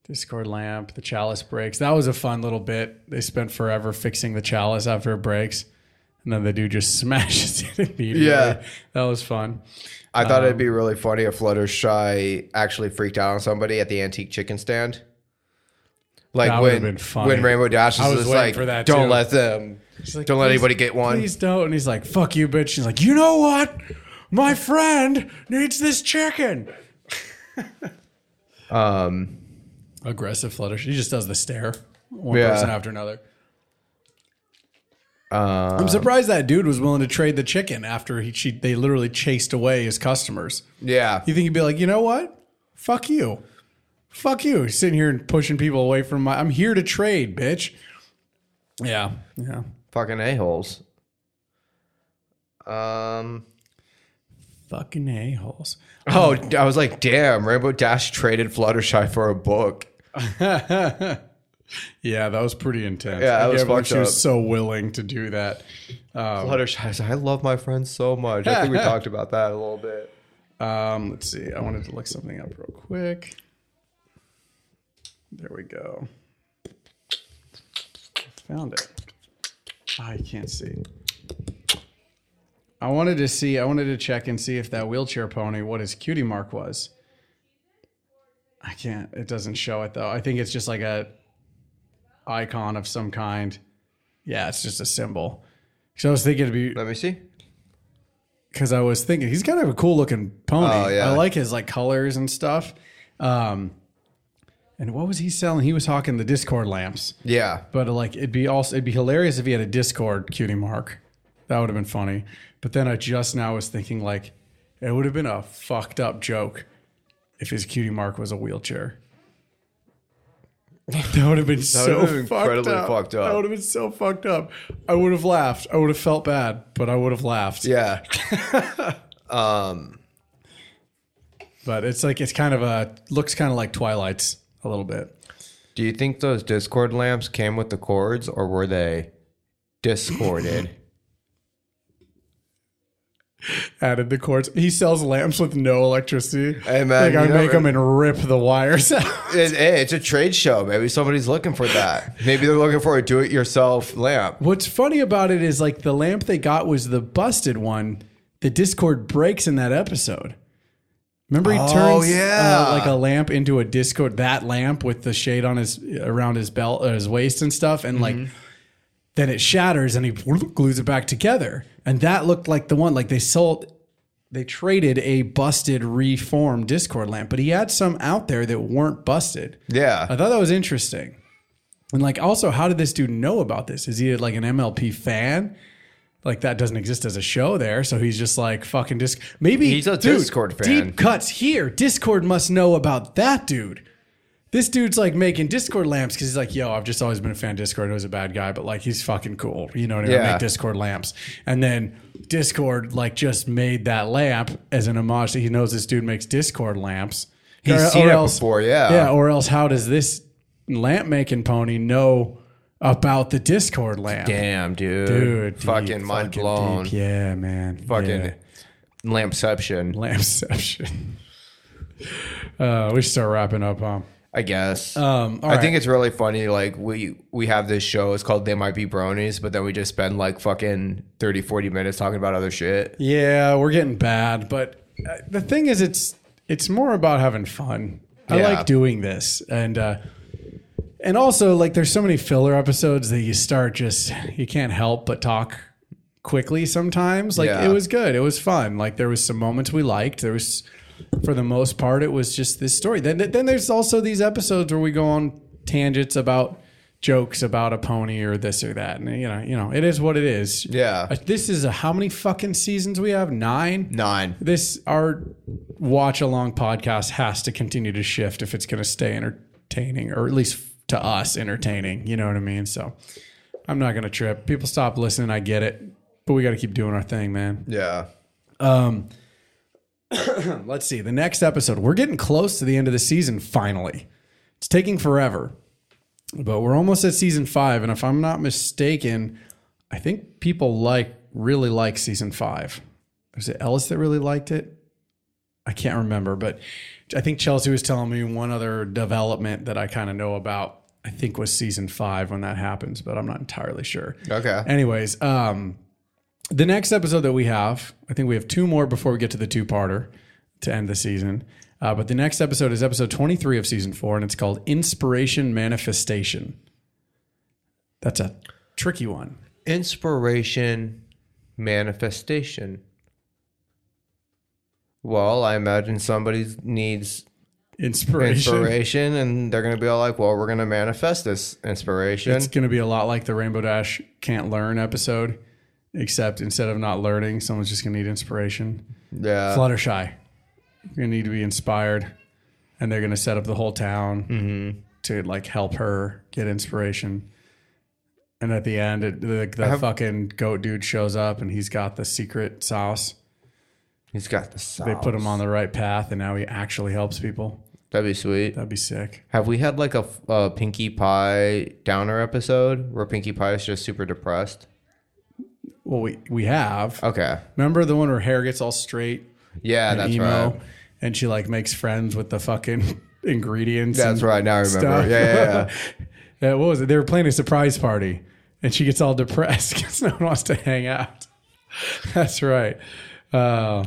[SPEAKER 2] Discord lamp, the chalice breaks. That was a fun little bit. They spent forever fixing the chalice after it breaks. And then the dude just (laughs) smashes it immediately.
[SPEAKER 3] Yeah.
[SPEAKER 2] That was fun.
[SPEAKER 3] I thought it'd
[SPEAKER 2] Um,
[SPEAKER 3] be really funny if Fluttershy actually freaked out on somebody at the antique chicken stand. Like
[SPEAKER 2] That would've
[SPEAKER 3] when
[SPEAKER 2] been funny.
[SPEAKER 3] when Rainbow Dash
[SPEAKER 2] I
[SPEAKER 3] is
[SPEAKER 2] was
[SPEAKER 3] just
[SPEAKER 2] waiting
[SPEAKER 3] like,
[SPEAKER 2] for that,
[SPEAKER 3] don't
[SPEAKER 2] too."
[SPEAKER 3] let them,
[SPEAKER 2] She's like,
[SPEAKER 3] don't let
[SPEAKER 2] "Please-
[SPEAKER 3] anybody get one.
[SPEAKER 2] Please don't. And he's like, fuck you, bitch. She's like, you know what? My friend needs this chicken.
[SPEAKER 3] (laughs) Um,
[SPEAKER 2] Aggressive flutter. She just does the stare. One
[SPEAKER 3] Yeah.
[SPEAKER 2] person after another.
[SPEAKER 3] uh,
[SPEAKER 2] I'm surprised that dude was willing to trade the chicken after he she, they literally chased away his customers.
[SPEAKER 3] yeah,
[SPEAKER 2] You think he'd be like, you know what? Fuck you. Fuck you. Sitting here and pushing people away from my I'm here to trade, bitch. Yeah. Yeah.
[SPEAKER 3] fucking a-holes. Um,
[SPEAKER 2] Fucking a-holes.
[SPEAKER 3] Oh, I was like, damn, Rainbow Dash traded Fluttershy for a book.
[SPEAKER 2] (laughs) Yeah, that was pretty intense.
[SPEAKER 3] Yeah, that
[SPEAKER 2] I
[SPEAKER 3] was
[SPEAKER 2] can't believe
[SPEAKER 3] fucked
[SPEAKER 2] she was
[SPEAKER 3] up.
[SPEAKER 2] so willing to do that.
[SPEAKER 3] Um, Fluttershy's, I love my friends so much. I think (laughs) we talked about that a little bit.
[SPEAKER 2] Um, let's see. I wanted to look something up real quick. There we go. Found it. I can't see. I wanted to see. I wanted to check and see if that wheelchair pony, what his cutie mark was. I can't. It doesn't show it though. I think it's just like a icon of some kind. Yeah, it's just a symbol. So I was thinking it'd be
[SPEAKER 3] Let me see.
[SPEAKER 2] because I was thinking he's got to have a cool looking pony.
[SPEAKER 3] Oh, yeah.
[SPEAKER 2] I like his like colors and stuff. Um, And what was he selling? He was hawking the Discord lamps.
[SPEAKER 3] Yeah.
[SPEAKER 2] But like it'd be also it'd be hilarious if he had a Discord cutie mark. That would have been funny. But then I just now was thinking like it would have been a fucked up joke if his cutie mark was a wheelchair. That would have
[SPEAKER 3] (laughs)
[SPEAKER 2] been so
[SPEAKER 3] have been
[SPEAKER 2] fucked
[SPEAKER 3] incredibly
[SPEAKER 2] up.
[SPEAKER 3] fucked up.
[SPEAKER 2] That would have been so fucked up. I would have laughed. I would have felt bad, but I would have laughed.
[SPEAKER 3] Yeah.
[SPEAKER 2] But it's like it's kind of a looks kind of like Twilight's a little bit.
[SPEAKER 3] (laughs) Do you think those Discord lamps came with the cords or were they (laughs) discorded?
[SPEAKER 2] Added the cords. He sells lamps with no electricity.
[SPEAKER 3] Hey, man,
[SPEAKER 2] like I
[SPEAKER 3] you know-
[SPEAKER 2] make them and rip the wires (laughs) out.
[SPEAKER 3] It- hey, it's a trade show. Maybe somebody's looking for that. Maybe they're looking for a do it yourself lamp.
[SPEAKER 2] What's funny about it is like the lamp they got was the busted one. The Discord breaks in that episode. Remember he
[SPEAKER 3] Oh,
[SPEAKER 2] turns
[SPEAKER 3] yeah.
[SPEAKER 2] uh, like a lamp into a Discord that lamp with the shade on his around his belt uh, his waist and stuff and like then it shatters and he glues it back together. And that looked like the one like they sold they traded a busted reformed Discord lamp, but he had some out there that weren't busted. I
[SPEAKER 3] Yeah.
[SPEAKER 2] thought that was interesting. And like, also, how did this dude know about this? Is he like an MLP fan? Like that doesn't exist as a show there, so he's just like fucking disc. Maybe
[SPEAKER 3] He's a
[SPEAKER 2] dude,
[SPEAKER 3] Discord fan.
[SPEAKER 2] Deep cuts here. Discord must know about that dude. This dude's like making Discord lamps because he's like, yo, I've just always been a fan of Discord. I know he's a bad guy, but like he's fucking cool. You know what I mean? I
[SPEAKER 3] Yeah.
[SPEAKER 2] make Discord lamps. And then Discord like just made that lamp as an homage that he knows this dude makes Discord lamps.
[SPEAKER 3] He's
[SPEAKER 2] Or-
[SPEAKER 3] seen
[SPEAKER 2] or
[SPEAKER 3] it
[SPEAKER 2] else-
[SPEAKER 3] before, yeah.
[SPEAKER 2] Yeah, or else how does this lamp making pony know about the Discord lamp?
[SPEAKER 3] Damn, dude.
[SPEAKER 2] Dude, deep,
[SPEAKER 3] fucking mind
[SPEAKER 2] fucking
[SPEAKER 3] blown.
[SPEAKER 2] deep. Yeah, man.
[SPEAKER 3] Fucking
[SPEAKER 2] Yeah. (laughs)
[SPEAKER 3] lampception,
[SPEAKER 2] lampception. uh, we should start wrapping up, huh?
[SPEAKER 3] I guess.
[SPEAKER 2] Um, all
[SPEAKER 3] I
[SPEAKER 2] right.
[SPEAKER 3] think it's really funny. Like we we have this show. It's called They Might Be Bronies, but then we just spend like fucking 30, 40 minutes talking about other shit.
[SPEAKER 2] Yeah, we're getting bad, but uh, the thing is, it's it's more about having fun. I
[SPEAKER 3] Yeah.
[SPEAKER 2] like doing this, and uh, and also like there's so many filler episodes that you start just you can't help but talk quickly sometimes. Like
[SPEAKER 3] Yeah.
[SPEAKER 2] it was good, it was fun. Like there was some moments we liked. There was for the most part it was just this story. Then then there's also these episodes where we go on tangents about jokes about a pony or this or that and you know you know it is what it is
[SPEAKER 3] Yeah.
[SPEAKER 2] I this is a, how many fucking seasons we have? Nine.
[SPEAKER 3] Nine.
[SPEAKER 2] This our watch along podcast has to continue to shift if it's going to stay entertaining, or at least to us entertaining. You know what I mean? So I'm not going to trip. People stop listening. I get it, but we got to keep doing our thing, man.
[SPEAKER 3] Yeah.
[SPEAKER 2] Let's see the next episode. We're getting close to the end of the season. Finally, it's taking forever, but we're almost at season five. And if I'm not mistaken, I think people like really like season five. Was it Ellis that really liked it? I can't remember, but I think Chelsea was telling me one other development that I kind of know about. I think was season five when that happens, but I'm not entirely sure.
[SPEAKER 3] Okay.
[SPEAKER 2] Anyways, um, the next episode that we have, I think we have two more before we get to the two parter to end the season. Uh, but the next episode is episode 23 of season four, and it's called Inspiration Manifestation. That's a tricky one.
[SPEAKER 3] Inspiration, manifestation. Well, I imagine somebody needs
[SPEAKER 2] Inspiration.
[SPEAKER 3] inspiration, and they're gonna be all like, "Well, we're gonna manifest this inspiration."
[SPEAKER 2] It's going to be a lot like the Rainbow Dash Can't Learn episode, except instead of not learning, someone's just going to need inspiration.
[SPEAKER 3] yeah.
[SPEAKER 2] Fluttershy. You're gonna need to be inspired, and they're gonna set up the whole town
[SPEAKER 3] Mm-hmm.
[SPEAKER 2] to like help her get inspiration. And at the end, it, the, the fucking goat dude shows up, and he's got the secret sauce.
[SPEAKER 3] He's got the sauce.
[SPEAKER 2] They put him on the right path, and now he actually helps people.
[SPEAKER 3] That'd be sweet.
[SPEAKER 2] That'd be sick.
[SPEAKER 3] Have we had like a, a Pinkie Pie downer episode where Pinkie Pie is just super depressed?
[SPEAKER 2] Well, we we have.
[SPEAKER 3] Okay.
[SPEAKER 2] Remember the one where hair gets all straight
[SPEAKER 3] Yeah,
[SPEAKER 2] and
[SPEAKER 3] that's
[SPEAKER 2] emo,
[SPEAKER 3] right.
[SPEAKER 2] and she like makes friends with the fucking (laughs) ingredients.
[SPEAKER 3] That's
[SPEAKER 2] and
[SPEAKER 3] right. Now I remember.
[SPEAKER 2] stuff.
[SPEAKER 3] Yeah,
[SPEAKER 2] (laughs)
[SPEAKER 3] yeah,
[SPEAKER 2] Yeah, what was it? They were playing a surprise party, and she gets all depressed (laughs) because no one wants to hang out. (laughs) That's right. Uh,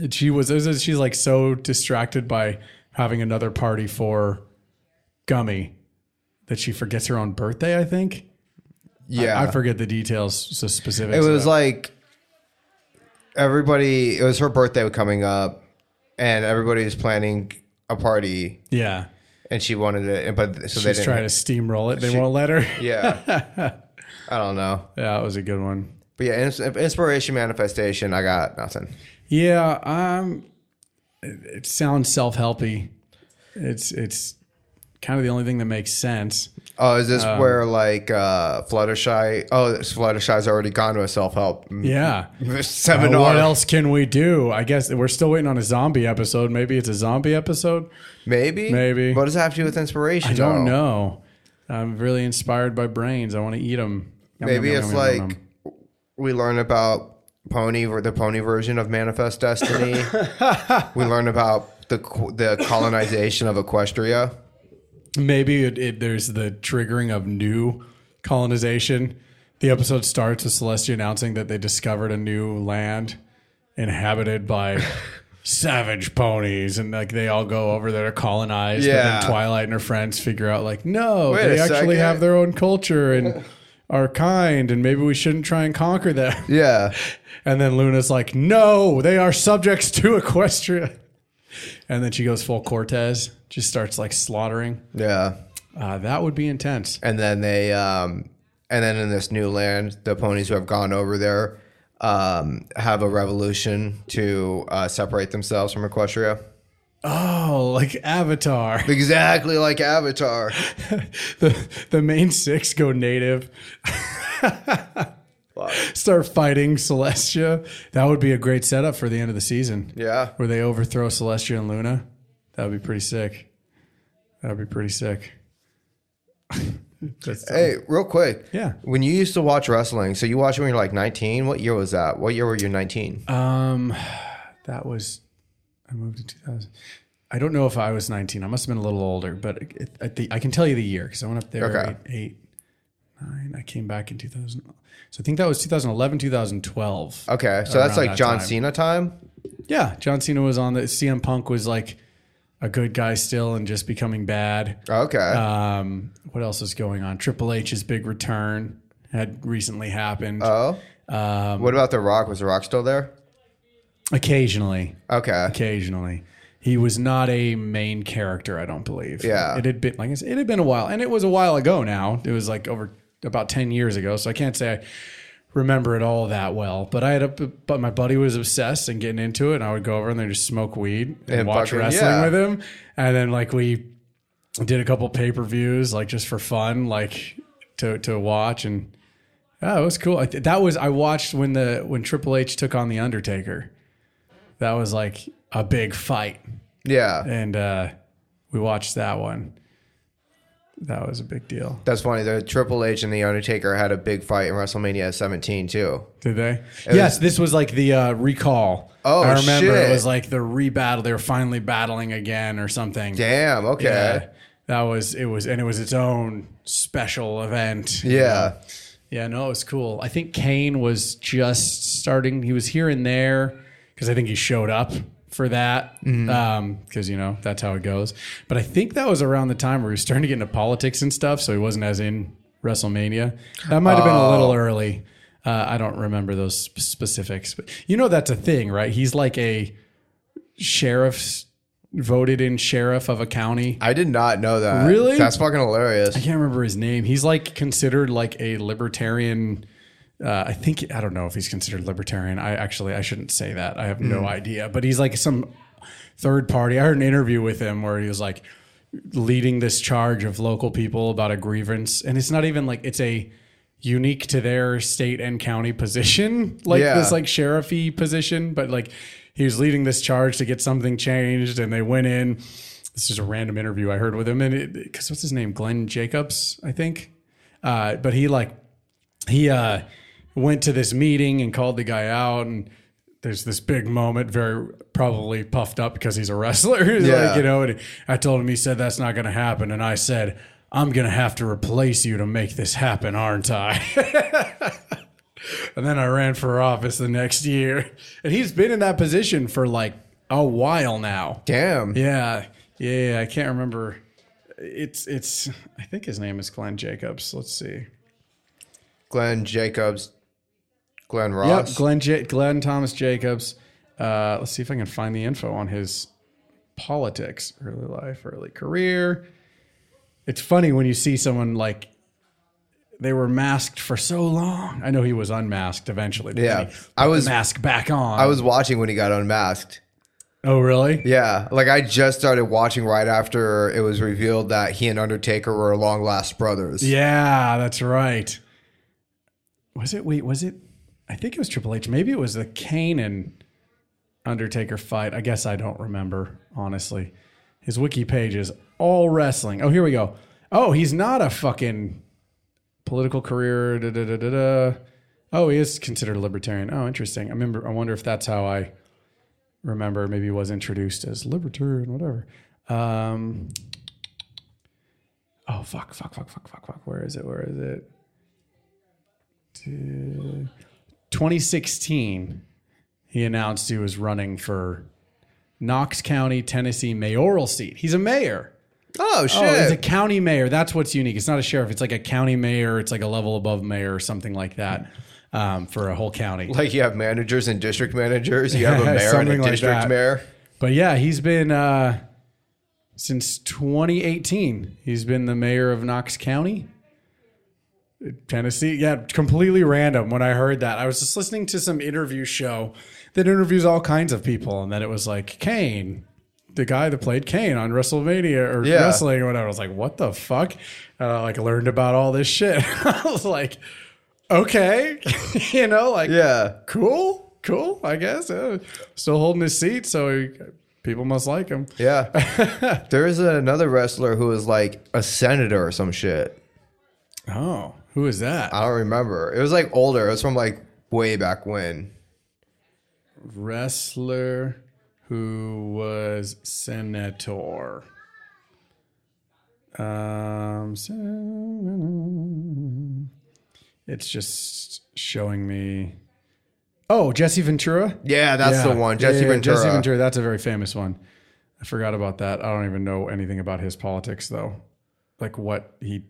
[SPEAKER 2] and she was. it was- She's like so distracted by having another party for Gummy that she forgets her own birthday. I think.
[SPEAKER 3] yeah. yeah.
[SPEAKER 2] I forget the details, so specifics.
[SPEAKER 3] It
[SPEAKER 2] of
[SPEAKER 3] was
[SPEAKER 2] that.
[SPEAKER 3] like everybody. It was her birthday coming up, and everybody was planning a party.
[SPEAKER 2] yeah.
[SPEAKER 3] and she wanted it, but so they
[SPEAKER 2] She's
[SPEAKER 3] didn't.
[SPEAKER 2] trying to steamroll it. They won't let her.
[SPEAKER 3] Yeah,
[SPEAKER 2] (laughs)
[SPEAKER 3] I don't know,
[SPEAKER 2] Yeah, that was a good one.
[SPEAKER 3] but yeah, ins- inspiration, manifestation. I got nothing.
[SPEAKER 2] Yeah, um, it, it sounds self-helpy. It's it's kind of the only thing that makes sense.
[SPEAKER 3] Oh, is
[SPEAKER 2] Um,
[SPEAKER 3] this where like uh, Fluttershy? Oh, this Fluttershy's already gone to a self help
[SPEAKER 2] Yeah. Uh,
[SPEAKER 3] (laughs) seminar.
[SPEAKER 2] what else can we do? I guess we're still waiting on a zombie episode. Maybe it's a zombie episode.
[SPEAKER 3] Maybe.
[SPEAKER 2] Maybe.
[SPEAKER 3] What does that have to do with inspiration?
[SPEAKER 2] I don't
[SPEAKER 3] though?
[SPEAKER 2] know. I'm really inspired by brains. I want to eat them.
[SPEAKER 3] Maybe it's like we learn about pony the pony version of
[SPEAKER 2] (laughs)
[SPEAKER 3] manifest destiny. we learn about the co- the colonization of Equestria.
[SPEAKER 2] maybe it, it, there's the triggering of new colonization. The episode starts with Celestia announcing that they discovered a new land inhabited
[SPEAKER 3] (laughs)
[SPEAKER 2] by savage ponies, and like they all go over there to colonize. But
[SPEAKER 3] Yeah.
[SPEAKER 2] then Twilight and her friends figure out like, no,
[SPEAKER 3] Wait a
[SPEAKER 2] they actually
[SPEAKER 3] second.
[SPEAKER 2] have their own culture
[SPEAKER 3] (laughs)
[SPEAKER 2] and are kind, and maybe we shouldn't try and conquer them.
[SPEAKER 3] Yeah.
[SPEAKER 2] And then Luna's like, no, they are subjects to (laughs) Equestria. And then she goes full Cortez, just starts like slaughtering.
[SPEAKER 3] Yeah.
[SPEAKER 2] Uh, that would be intense.
[SPEAKER 3] and then they um and then in this new land the ponies who have gone over there um have a revolution to uh, separate themselves from equestria
[SPEAKER 2] Oh, like Avatar. (laughs)
[SPEAKER 3] exactly like
[SPEAKER 2] (gasps)
[SPEAKER 3] avatar
[SPEAKER 2] The, the main six go native, start fighting Celestia. That would be a great setup for the end of the season.
[SPEAKER 3] yeah
[SPEAKER 2] Where they overthrow Celestia and Luna. That would be pretty sick. That would be pretty sick. (laughs) That's-
[SPEAKER 3] hey real quick
[SPEAKER 2] Yeah.
[SPEAKER 3] when you used to watch wrestling so you watched it when you were like 19 what year was that what year were you 19
[SPEAKER 2] Um, that was I moved to 2000. I don't know if I was 19. I must have been a little older, but it, I, think I can tell you the year because I went up there
[SPEAKER 3] Okay.
[SPEAKER 2] eight, eight, nine. I came back in 2000. So I think that was 2011, 2012.
[SPEAKER 3] okay so
[SPEAKER 2] around
[SPEAKER 3] that's like
[SPEAKER 2] that
[SPEAKER 3] john
[SPEAKER 2] time.
[SPEAKER 3] cena time
[SPEAKER 2] Yeah, John Cena was on the CM Punk was like a good guy still and just becoming bad.
[SPEAKER 3] okay
[SPEAKER 2] Um, what else is going on? Triple H's big return had recently happened
[SPEAKER 3] oh what about the rock was the rock still there
[SPEAKER 2] occasionally.
[SPEAKER 3] okay
[SPEAKER 2] occasionally. He was not a main character, I don't believe.
[SPEAKER 3] Yeah.
[SPEAKER 2] it had been like I said, it had been a while, and it was a while ago now. It was like over about ten years ago, so I can't say I remember it all that well. But I had a, but my buddy was obsessed and getting into it, and I would go over and they just smoke weed and,
[SPEAKER 3] And
[SPEAKER 2] watch
[SPEAKER 3] fucking-
[SPEAKER 2] wrestling
[SPEAKER 3] yeah.
[SPEAKER 2] with him, and then like we did a couple pay per views, like just for fun, like to to watch and. Yeah, it was cool. I th- that was I watched when the when Triple H took on the Undertaker. That was like a big fight,
[SPEAKER 3] yeah
[SPEAKER 2] and uh, we watched that one. That was a big deal.
[SPEAKER 3] that's funny the triple h and the undertaker had a big fight in wrestlemania 17 too
[SPEAKER 2] Did they? yes, this was like the uh, recall.
[SPEAKER 3] Oh,
[SPEAKER 2] I remember
[SPEAKER 3] shit.
[SPEAKER 2] it was like the rebattle. They were finally battling again or something.
[SPEAKER 3] damn okay
[SPEAKER 2] Yeah. That was it was and it was its own special event.
[SPEAKER 3] Yeah.
[SPEAKER 2] Yeah, no, it was cool. I think Kane was just starting. He was here and there because I think he showed up for that because you know that's how it goes. But I think that was around the time where he was starting to get into politics and stuff, so he wasn't as in WrestleMania. That might have been a little early. Uh, I don't remember those sp- specifics, but you know that's a thing, right? He's like a sheriff's voted in sheriff of a county.
[SPEAKER 3] I did not know that.
[SPEAKER 2] Really?
[SPEAKER 3] That's fucking hilarious.
[SPEAKER 2] I can't remember his name. He's like considered like a libertarian. Uh, I think I don't know if he's considered libertarian. I actually I shouldn't say that. I have no idea. But he's like some third party. I heard an interview with him where he was like leading this charge of local people about a grievance, and it's not even like it's a unique to their state and county position, (laughs) like
[SPEAKER 3] Yeah.
[SPEAKER 2] this like sheriffy position. But like he was leading this charge to get something changed, and they went in this is a random interview I heard with him, and because what's his name, Glenn Jacobs, I think. Uh, but he like he uh, went to this meeting and called the guy out, and there's this big moment, very probably puffed up because he's a wrestler, (laughs) He's
[SPEAKER 3] Yeah.
[SPEAKER 2] like you know. And I told him, he said that's not going to happen, and I said. I'm gonna have to replace you to make this happen, aren't I? (laughs) and then I ran for office the next year. And he's been in that position for like a while now.
[SPEAKER 3] Damn.
[SPEAKER 2] Yeah, yeah, yeah, I can't remember. It's it's. I think his name is Glenn Jacobs. Let's see.
[SPEAKER 3] Glenn Jacobs, Glenn
[SPEAKER 2] Yep,
[SPEAKER 3] Ross.
[SPEAKER 2] Glenn ja- Glenn Thomas Jacobs. Uh, let's see if I can find the info on his politics, early life, early career. it's funny when you see someone like they were masked for so long. I know he was unmasked eventually. but
[SPEAKER 3] Yeah.
[SPEAKER 2] then he put
[SPEAKER 3] I
[SPEAKER 2] the
[SPEAKER 3] was-
[SPEAKER 2] mask back on.
[SPEAKER 3] I was watching when he got unmasked.
[SPEAKER 2] Oh really?
[SPEAKER 3] Yeah, like I just started watching right after it was revealed that he and Undertaker were long lost brothers.
[SPEAKER 2] Yeah, that's right. Was it? Wait, was it? I think it was Triple H. Maybe it was the Kane and Undertaker fight. I guess I don't remember honestly. His wiki page is all wrestling. Oh, here we go. Oh, he's not a fucking political career. Da, da, da, da, da. Oh, he is considered a libertarian. Oh, interesting. I remember. I wonder if that's how I remember. Maybe he was introduced as libertarian, whatever. Um, Oh fuck, fuck, fuck, fuck, fuck, fuck. Where is it? Where is it? Dude. 2016, he announced he was running for Knox County, Tennessee mayoral seat. He's a mayor.
[SPEAKER 3] Oh shit!
[SPEAKER 2] Oh, he's a county mayor. That's what's unique. It's not a sheriff. It's like a county mayor. It's like a level above mayor or something like that um, for a whole county.
[SPEAKER 3] like you have managers and district managers.
[SPEAKER 2] (laughs)
[SPEAKER 3] You have a
[SPEAKER 2] Yeah,
[SPEAKER 3] mayor and a
[SPEAKER 2] something like
[SPEAKER 3] district
[SPEAKER 2] that.
[SPEAKER 3] mayor.
[SPEAKER 2] But yeah, he's been uh, since 2018. He's been the mayor of Knox County, Tennessee. Yeah, completely random. When I heard that, I was just listening to some interview show that interviews all kinds of people, and then it was like Kane, the guy that played Kane on WrestleMania or
[SPEAKER 3] Yeah.
[SPEAKER 2] wrestling or whatever. I was like, what the fuck? And I like learned about all this shit. (laughs) I was like, okay, (laughs) you know, like
[SPEAKER 3] Yeah,
[SPEAKER 2] cool, cool, I guess. Uh, still holding his seat, so he, people must like him.
[SPEAKER 3] yeah.
[SPEAKER 2] (laughs)
[SPEAKER 3] there is another wrestler who was like a senator or some shit.
[SPEAKER 2] Oh, who is that?
[SPEAKER 3] I don't remember. It was like older. It was from like way back when.
[SPEAKER 2] Wrestler who was senator. Um, sen- it's just showing me. Oh, Jesse Ventura.
[SPEAKER 3] Yeah, that's
[SPEAKER 2] Yeah.
[SPEAKER 3] the one. Jesse
[SPEAKER 2] Yeah, yeah,
[SPEAKER 3] Ventura.
[SPEAKER 2] Jesse Ventura. That's a very famous one. I forgot about that. I don't even know anything about his politics though. Like what he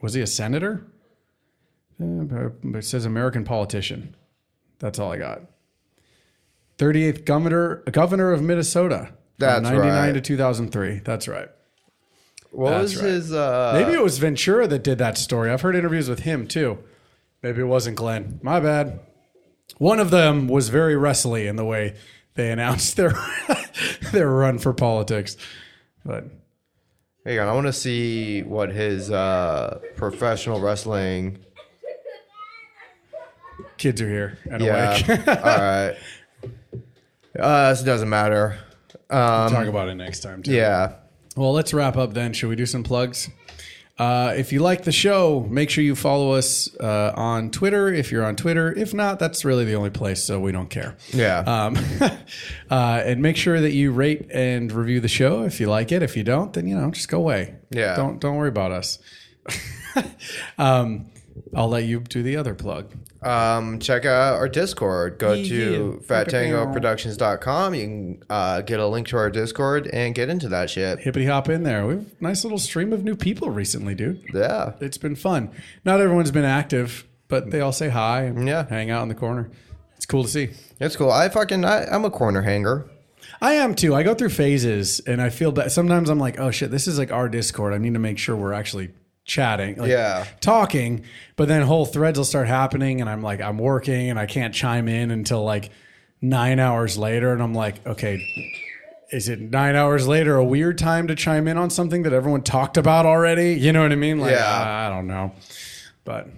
[SPEAKER 2] was he a senator? Uh, It says American politician. That's all I got. 38th governor governor of Minnesota.
[SPEAKER 3] That's
[SPEAKER 2] from 99
[SPEAKER 3] right.
[SPEAKER 2] to 2003. That's right.
[SPEAKER 3] What
[SPEAKER 2] That's
[SPEAKER 3] was
[SPEAKER 2] right.
[SPEAKER 3] his? Uh,
[SPEAKER 2] Maybe it was Ventura that did that story. I've heard interviews with him too. Maybe it wasn't Glenn. My bad. One of them was very wrestly in the way they announced their (laughs) their run for politics. But
[SPEAKER 3] Hang on, I want to see what his uh, professional wrestling.
[SPEAKER 2] kids are here and
[SPEAKER 3] Yeah.
[SPEAKER 2] awake. (laughs)
[SPEAKER 3] All right. Uh, this doesn't matter.
[SPEAKER 2] Talk about it next time too.
[SPEAKER 3] um, Yeah.
[SPEAKER 2] Well, let's wrap up then. Should we do some plugs? Uh, if you like the show, make sure you follow us uh, on Twitter. If you're on Twitter, if not, that's really the only place, so we don't care.
[SPEAKER 3] Yeah.
[SPEAKER 2] Um, (laughs) uh, and make sure that you rate and review the show if you like it. If you don't, then you know, just go away.
[SPEAKER 3] Yeah.
[SPEAKER 2] Don't don't worry about us. (laughs) um, I'll let you do the other plug.
[SPEAKER 3] Um, check out our Discord. Go to
[SPEAKER 2] Yeah.
[SPEAKER 3] fattangoproductions.com. You can uh, get a link to our Discord and get into that shit.
[SPEAKER 2] Hippity hop in there. We've nice little stream of new people recently, dude.
[SPEAKER 3] Yeah.
[SPEAKER 2] It's been fun. Not everyone's been active, but they all say hi and
[SPEAKER 3] Yeah.
[SPEAKER 2] hang out in the corner. It's cool to see.
[SPEAKER 3] It's cool. I fucking, I, I'm a corner hanger.
[SPEAKER 2] I am too. I go through phases and I feel bad. Sometimes I'm like, oh shit, this is like our Discord. I need to make sure we're actually chatting, like,
[SPEAKER 3] Yeah.
[SPEAKER 2] talking. But then whole threads will start happening and I'm like, I'm working and I can't chime in until like nine hours later. And I'm like, okay, is it nine hours later a weird time to chime in on something that everyone talked about already? You know what I mean? Like,
[SPEAKER 3] Yeah.
[SPEAKER 2] I I don't know. But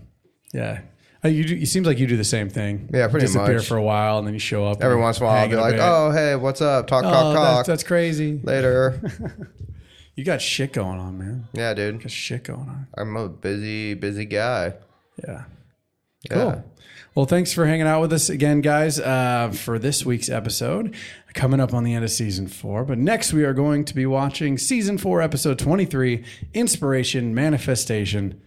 [SPEAKER 2] yeah. Uh, You do, it seems like you do the same thing.
[SPEAKER 3] Yeah, pretty
[SPEAKER 2] Disappear
[SPEAKER 3] much.
[SPEAKER 2] for a while and then you show up
[SPEAKER 3] Every once in a while, I'll be like, oh, hey, what's up? Talk,
[SPEAKER 2] Oh,
[SPEAKER 3] talk,
[SPEAKER 2] that's,
[SPEAKER 3] talk.
[SPEAKER 2] that's crazy. (laughs)
[SPEAKER 3] Later.
[SPEAKER 2] You got shit going on, man.
[SPEAKER 3] yeah, dude.
[SPEAKER 2] Shit going on.
[SPEAKER 3] I'm a busy, busy guy.
[SPEAKER 2] Yeah.
[SPEAKER 3] Yeah.
[SPEAKER 2] Cool. Well, thanks for hanging out with us again, guys, uh, for this week's episode. Coming up on the end of season four. But next, we are going to be watching season four, episode 23 Inspiration, Manifestation.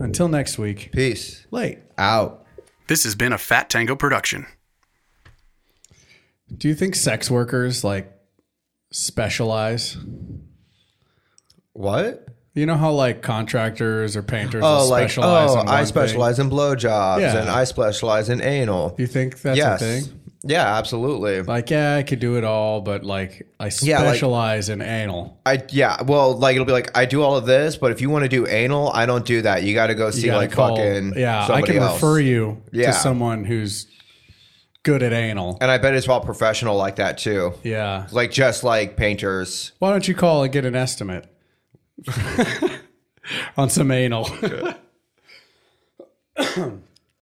[SPEAKER 2] Until next week,
[SPEAKER 3] Peace.
[SPEAKER 2] late.
[SPEAKER 3] Out.
[SPEAKER 5] This has been a Fat Tango production.
[SPEAKER 2] Do you think sex workers like specialize?
[SPEAKER 3] What?
[SPEAKER 2] You know how like contractors or painters
[SPEAKER 3] Oh,
[SPEAKER 2] will
[SPEAKER 3] like
[SPEAKER 2] specialize
[SPEAKER 3] oh,
[SPEAKER 2] in one
[SPEAKER 3] I
[SPEAKER 2] thing?
[SPEAKER 3] specialize in blowjobs
[SPEAKER 2] Yeah.
[SPEAKER 3] and I specialize in anal.
[SPEAKER 2] You think that's
[SPEAKER 3] yes.
[SPEAKER 2] a thing?
[SPEAKER 3] Yeah, absolutely.
[SPEAKER 2] Like, yeah, I could do it all, but like, I
[SPEAKER 3] Yeah, like-
[SPEAKER 2] specialize in anal.
[SPEAKER 3] I yeah, well, like it'll be like I do all of this, but if you want to do anal, I don't do that. You got to go
[SPEAKER 2] You
[SPEAKER 3] see
[SPEAKER 2] gotta
[SPEAKER 3] like
[SPEAKER 2] call-
[SPEAKER 3] fucking
[SPEAKER 2] yeah. I
[SPEAKER 3] somebody
[SPEAKER 2] can
[SPEAKER 3] else.
[SPEAKER 2] refer you
[SPEAKER 3] Yeah.
[SPEAKER 2] to someone who's good at anal.
[SPEAKER 3] and I bet it's all professional like that too.
[SPEAKER 2] Yeah.
[SPEAKER 3] Like just like painters. (laughs)
[SPEAKER 2] Why don't you call and get an estimate on some anal?